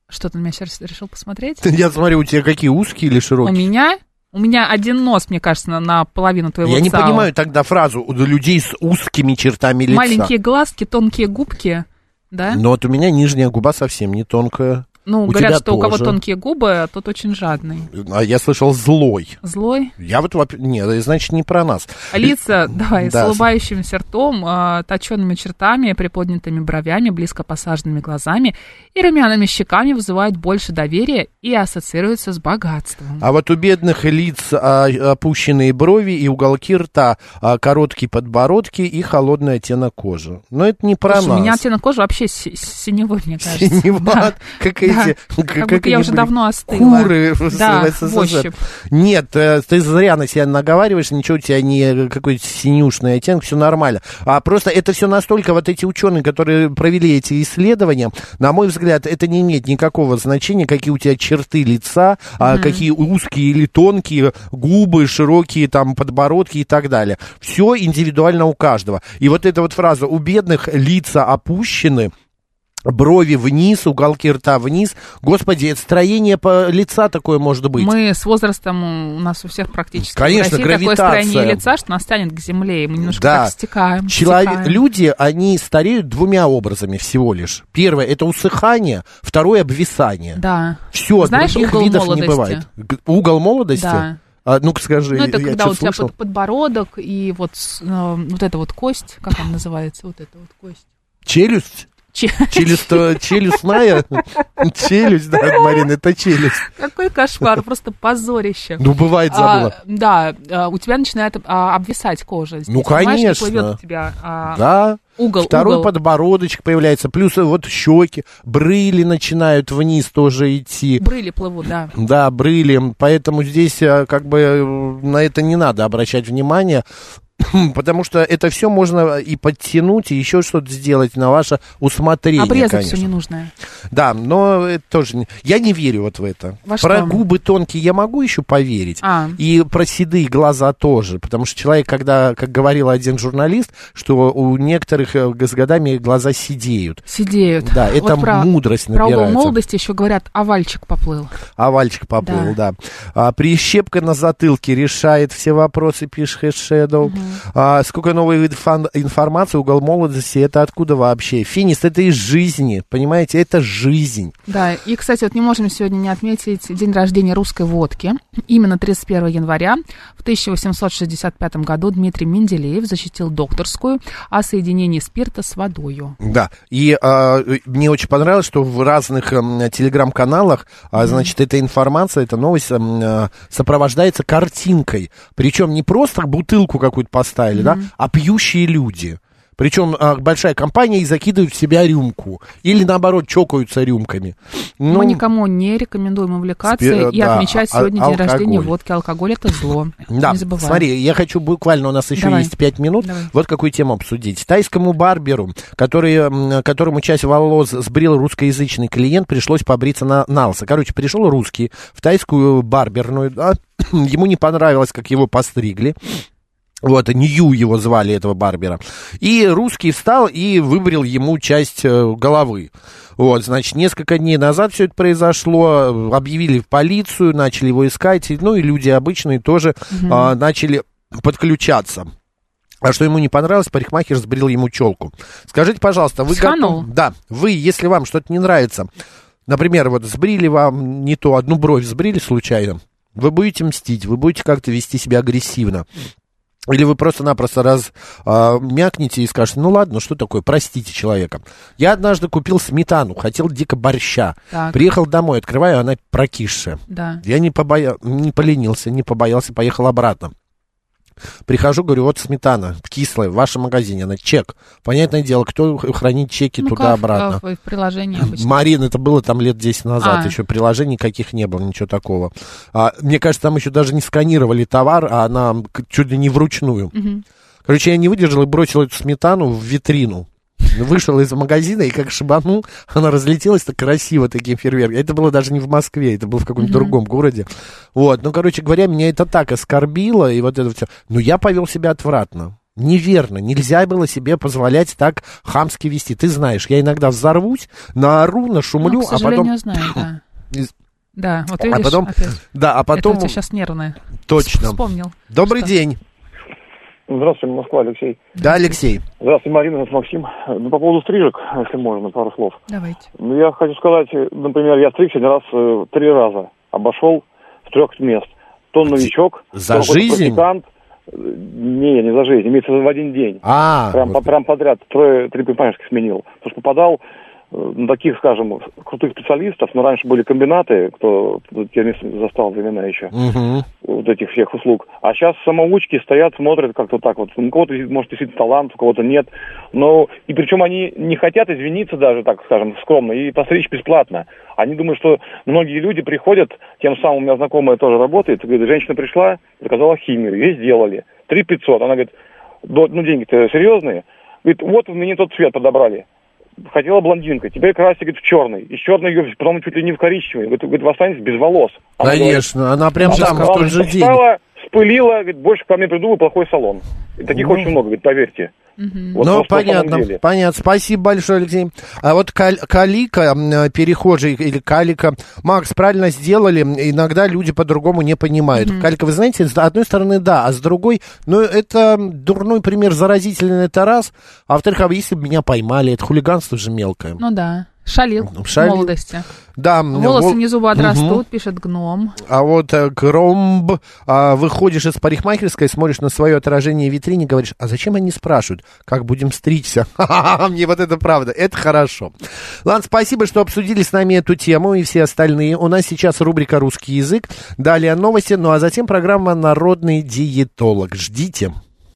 Speaker 2: Что ты на меня сейчас решил посмотреть?
Speaker 1: Я смотрю, у тебя какие узкие или
Speaker 2: У
Speaker 1: широкие?
Speaker 2: меня? У меня один нос, мне кажется, на, на половину твоего
Speaker 1: Я не
Speaker 2: ЦАО.
Speaker 1: понимаю тогда фразу у людей с узкими чертами лица.
Speaker 2: Маленькие глазки, тонкие губки, да?
Speaker 1: Но вот у меня нижняя губа совсем не тонкая.
Speaker 2: Ну,
Speaker 1: у
Speaker 2: говорят,
Speaker 1: тебя
Speaker 2: что у кого
Speaker 1: тоже.
Speaker 2: тонкие губы, а тот очень жадный.
Speaker 1: А я слышал злой.
Speaker 2: Злой.
Speaker 1: Я вот... воп- Нет, значит, не про нас.
Speaker 2: А Лица, давай,
Speaker 1: да.
Speaker 2: с улыбающимся ртом, а, точенными чертами, приподнятыми бровями, близко посаженными глазами и румяными щеками вызывают больше доверия и ассоциируются с богатством.
Speaker 1: А вот у бедных лиц а, опущенные брови и уголки рта, а, короткие подбородки и холодный оттенок кожи. Но это не про
Speaker 2: Слушай, у меня
Speaker 1: нас.
Speaker 2: оттенок кожи вообще си- синевой, мне кажется.
Speaker 1: Синева,
Speaker 2: Да.
Speaker 1: какая эти...
Speaker 2: Как
Speaker 1: как
Speaker 2: будто я
Speaker 1: они
Speaker 2: уже
Speaker 1: были,
Speaker 2: давно остыла.
Speaker 1: Куры в
Speaker 2: Да,
Speaker 1: СССР.
Speaker 2: в ощупь.
Speaker 1: Нет, э, ты зря на себя наговариваешь, ничего у тебя не э, какой-то синюшный оттенок, все нормально. А просто это все настолько, вот эти ученые, которые провели эти исследования, на мой взгляд, это не имеет никакого значения, какие у тебя черты лица, а
Speaker 7: Мгм.
Speaker 1: какие узкие или тонкие губы, широкие там подбородки и так далее. Все индивидуально у каждого. И вот эта вот фраза «у бедных лица опущены», брови вниз, уголки рта вниз. Господи, это строение по- лица такое может быть.
Speaker 2: Мы с возрастом, у нас у всех практически
Speaker 1: Конечно,
Speaker 2: в России такое
Speaker 1: гравитация.
Speaker 2: строение лица, что нас тянет к земле, и мы немножко
Speaker 1: Да.
Speaker 2: так стекаем.
Speaker 1: Человек-
Speaker 2: стекаем.
Speaker 1: люди, они стареют двумя образами всего лишь. Первое – это усыхание, второе – обвисание.
Speaker 2: Да.
Speaker 1: Все,
Speaker 2: Знаешь,
Speaker 1: других
Speaker 2: угол
Speaker 1: видов
Speaker 2: молодости?
Speaker 1: не бывает. Г- Угол молодости?
Speaker 2: Да.
Speaker 1: А, ну-ка скажи,
Speaker 2: Ну, это
Speaker 1: я
Speaker 2: когда
Speaker 1: чё
Speaker 2: у тебя
Speaker 1: слышал?
Speaker 2: под- подбородок и вот, с- э, вот эта вот кость, как она называется, вот эта вот кость.
Speaker 1: Челюсть?
Speaker 2: Че-
Speaker 1: Челюсть, э, челюстная? Челюсть, да, Марина, это челюсть.
Speaker 2: Какой кошмар, просто позорище.
Speaker 1: Ну, бывает, забыла.
Speaker 2: А, да, а, у тебя начинает а, обвисать кожа. здесь,
Speaker 1: Ну,
Speaker 2: понимаешь, и
Speaker 1: конечно.
Speaker 2: плывет у тебя а,
Speaker 1: Да.
Speaker 2: угол,
Speaker 1: Второй
Speaker 2: угол.
Speaker 1: подбородочек появляется, плюс э, вот щеки, брыли начинают вниз тоже идти.
Speaker 2: Брыли плывут, да.
Speaker 1: Да, брыли. Поэтому здесь э, как бы э, на это не надо обращать внимание. Потому что это все можно и подтянуть, и еще что-то сделать на ваше усмотрение,
Speaker 2: Обрезать
Speaker 1: конечно.
Speaker 2: все ненужное.
Speaker 1: Да, но это тоже... не- Я не верю вот в это.
Speaker 2: Во
Speaker 1: про
Speaker 2: что?
Speaker 1: губы тонкие я могу еще поверить.
Speaker 2: А.
Speaker 1: И про седые глаза тоже. Потому что человек, когда, как говорил один журналист, что у некоторых э, с годами глаза седеют.
Speaker 2: Сидеют.
Speaker 1: Да, это
Speaker 2: Вот про-
Speaker 1: мудрость
Speaker 2: Про угол
Speaker 1: набирается.
Speaker 2: молодости еще говорят, овальчик поплыл.
Speaker 1: Овальчик А поплыл, да. А, прищепка на затылке решает все вопросы, пишет Хэшэдоу. А, сколько новой инфан- информации, угол молодости, это откуда вообще? Финист, это из жизни, понимаете, это жизнь.
Speaker 2: Да, и, кстати, вот не можем сегодня не отметить день рождения русской водки. Именно 31 января в 1865 году Дмитрий Менделеев защитил докторскую о соединении спирта с водою.
Speaker 1: Да, и а, э, мне очень понравилось, что в разных эм, телеграм-каналах, а, значит, эта информация, эта новость эм, э, сопровождается картинкой. Причем не просто бутылку какую-то поставили, да, а пьющие люди. Причем а, большая компания и закидывают в себя рюмку. Или наоборот, чокаются рюмками. Ну,
Speaker 2: Мы никому не рекомендуем увлекаться
Speaker 1: спи-
Speaker 2: и
Speaker 1: да,
Speaker 2: отмечать
Speaker 1: а-
Speaker 2: сегодня день
Speaker 1: алкоголь.
Speaker 2: рождения водки. Алкоголь это зло.
Speaker 1: Да,
Speaker 2: не забываем.
Speaker 1: смотри, я хочу буквально, у нас еще
Speaker 2: Давай.
Speaker 1: есть пять минут,
Speaker 2: Давай.
Speaker 1: вот какую тему обсудить. Тайскому барберу, который, м, которому часть волос сбрил русскоязычный клиент, пришлось побриться на налса. Короче, пришел русский в тайскую барберную, да, ему не понравилось, как его постригли. Вот, Нью его звали, этого барбера. И русский встал и выбрил ему часть э, головы. Вот, значит, несколько дней назад все это произошло, объявили в полицию, начали его искать, и, ну и люди обычные тоже
Speaker 7: Мгм.
Speaker 1: а, начали подключаться. А что ему не понравилось, парикмахер сбрил ему челку. Скажите, пожалуйста, вы
Speaker 2: Сханул?
Speaker 1: готовы- Да, вы, если вам что-то не нравится, например, вот сбрили вам не то, одну бровь сбрили случайно, вы будете мстить, вы будете как-то вести себя агрессивно. Или вы просто-напросто раз а, мякнете и скажете, ну ладно, что такое, простите человека. Я однажды купил сметану, хотел дико борща.
Speaker 2: Так.
Speaker 1: Приехал домой, открываю, она прокисшая.
Speaker 2: Да.
Speaker 1: Я не, побоя... не поленился, не побоялся, поехал обратно. Прихожу, говорю, вот сметана кислая в вашем магазине, она чек. Понятное дело, кто хранит чеки
Speaker 2: Ну, как в-
Speaker 1: туда-обратно.
Speaker 2: в- в приложении обычно.
Speaker 1: Марин, это было там лет 10 назад,
Speaker 2: А.
Speaker 1: еще приложений никаких не было, ничего такого. А, мне кажется, там еще даже не сканировали товар, а она к- чуть ли не вручную.
Speaker 2: Мгм.
Speaker 1: Короче, я не выдержал и бросил эту сметану в витрину. Вышел из магазина, и как шибанул, она разлетелась так красиво таким фейерверком. Это было даже не в Москве, это было в каком-нибудь
Speaker 7: Мгм.
Speaker 1: другом городе. Вот, ну, короче говоря, меня это так оскорбило, и вот это все. Но я повел себя отвратно. Неверно, нельзя было себе позволять так хамски вести. Ты знаешь, я иногда взорвусь, наору, нашумлю,
Speaker 2: Ну, к
Speaker 1: а потом...
Speaker 2: сожалению, знаю, да.
Speaker 1: Из-
Speaker 2: Да, вот
Speaker 1: А
Speaker 2: видишь,
Speaker 1: потом-
Speaker 2: опять.
Speaker 1: Да, а потом-
Speaker 2: Это у тебя сейчас нервное.
Speaker 1: Точно.
Speaker 2: Вспомнил.
Speaker 1: Добрый день.
Speaker 8: Здравствуйте, Москва, Алексей.
Speaker 1: Да, Алексей.
Speaker 8: Здравствуйте, Марина, это Максим. Ну, по поводу стрижек, если можно, пару слов.
Speaker 2: Давайте.
Speaker 8: Ну, я хочу сказать, э, например, я стригся один раз э, три раза, обошел в трех мест. То новичок,
Speaker 1: За
Speaker 8: то какой-то
Speaker 1: жизнь?
Speaker 8: практикант. Э, Не, не за жизнь, имеется в виду в один день.
Speaker 1: А,
Speaker 8: прям,
Speaker 1: вот
Speaker 8: по- прям подряд трое, три парикмахерских сменил. Потому что попадал
Speaker 4: ну, таких, скажем, крутых специалистов, но раньше были комбинаты, кто я не застал времена еще,
Speaker 1: Мгм.
Speaker 4: вот этих всех услуг. А сейчас самоучки стоят, смотрят как-то так вот. У кого-то, может, действительно талант, у кого-то нет. Но и причем они не хотят извиниться даже, так скажем, скромно, и постричь бесплатно. Они думают, что многие люди приходят, тем самым у меня знакомая тоже работает, говорит, женщина пришла, заказала химию, ей сделали. 3 500. Она говорит, «Да, ну деньги-то серьезные. Говорит, вот мне тот цвет подобрали. Хотела блондинка, теперь красит, говорит, в черный. Из черной ее потом чуть ли не в коричневый. Говорит, говорит, вы останетесь без волос. Она
Speaker 1: Конечно, она прям
Speaker 4: она
Speaker 1: там в
Speaker 4: сказала,
Speaker 1: тот же день.
Speaker 4: Ну, встала, спылила, говорит, больше ко мне приду, вы плохой салон. И таких
Speaker 1: Ну.
Speaker 4: очень много, говорит, поверьте. Вот
Speaker 1: ну,
Speaker 4: просто на самом
Speaker 1: понятно,
Speaker 4: деле.
Speaker 1: понятно. Спасибо большое, Алексей. А вот кал- калика, м, э, перехожий или калика, Макс, правильно сделали, м, иногда люди по-другому не понимают. Калика, вы знаете, с одной стороны, да, а с другой, ну, это дурной пример, заразительный, это раз. А во-вторых, а если бы меня поймали, это хулиганство же мелкое.
Speaker 2: Ну да, шалил,
Speaker 1: Ну, шалил.
Speaker 2: в молодости.
Speaker 1: Да, м,
Speaker 2: Волосы
Speaker 1: вол-
Speaker 2: внизу
Speaker 1: Мгм.
Speaker 2: отрастут, пишет гном.
Speaker 1: А вот э, Громб, а, выходишь из парикмахерской, смотришь на свое отражение в витрине, говоришь, а зачем они спрашивают, как будем стричься? Ха-ха-ха, Мне вот это правда, это хорошо. Ладно, спасибо, что обсудили с нами эту тему и все остальные. У нас сейчас рубрика «Русский язык», далее новости, ну а затем программа «Народный диетолог». Ждите.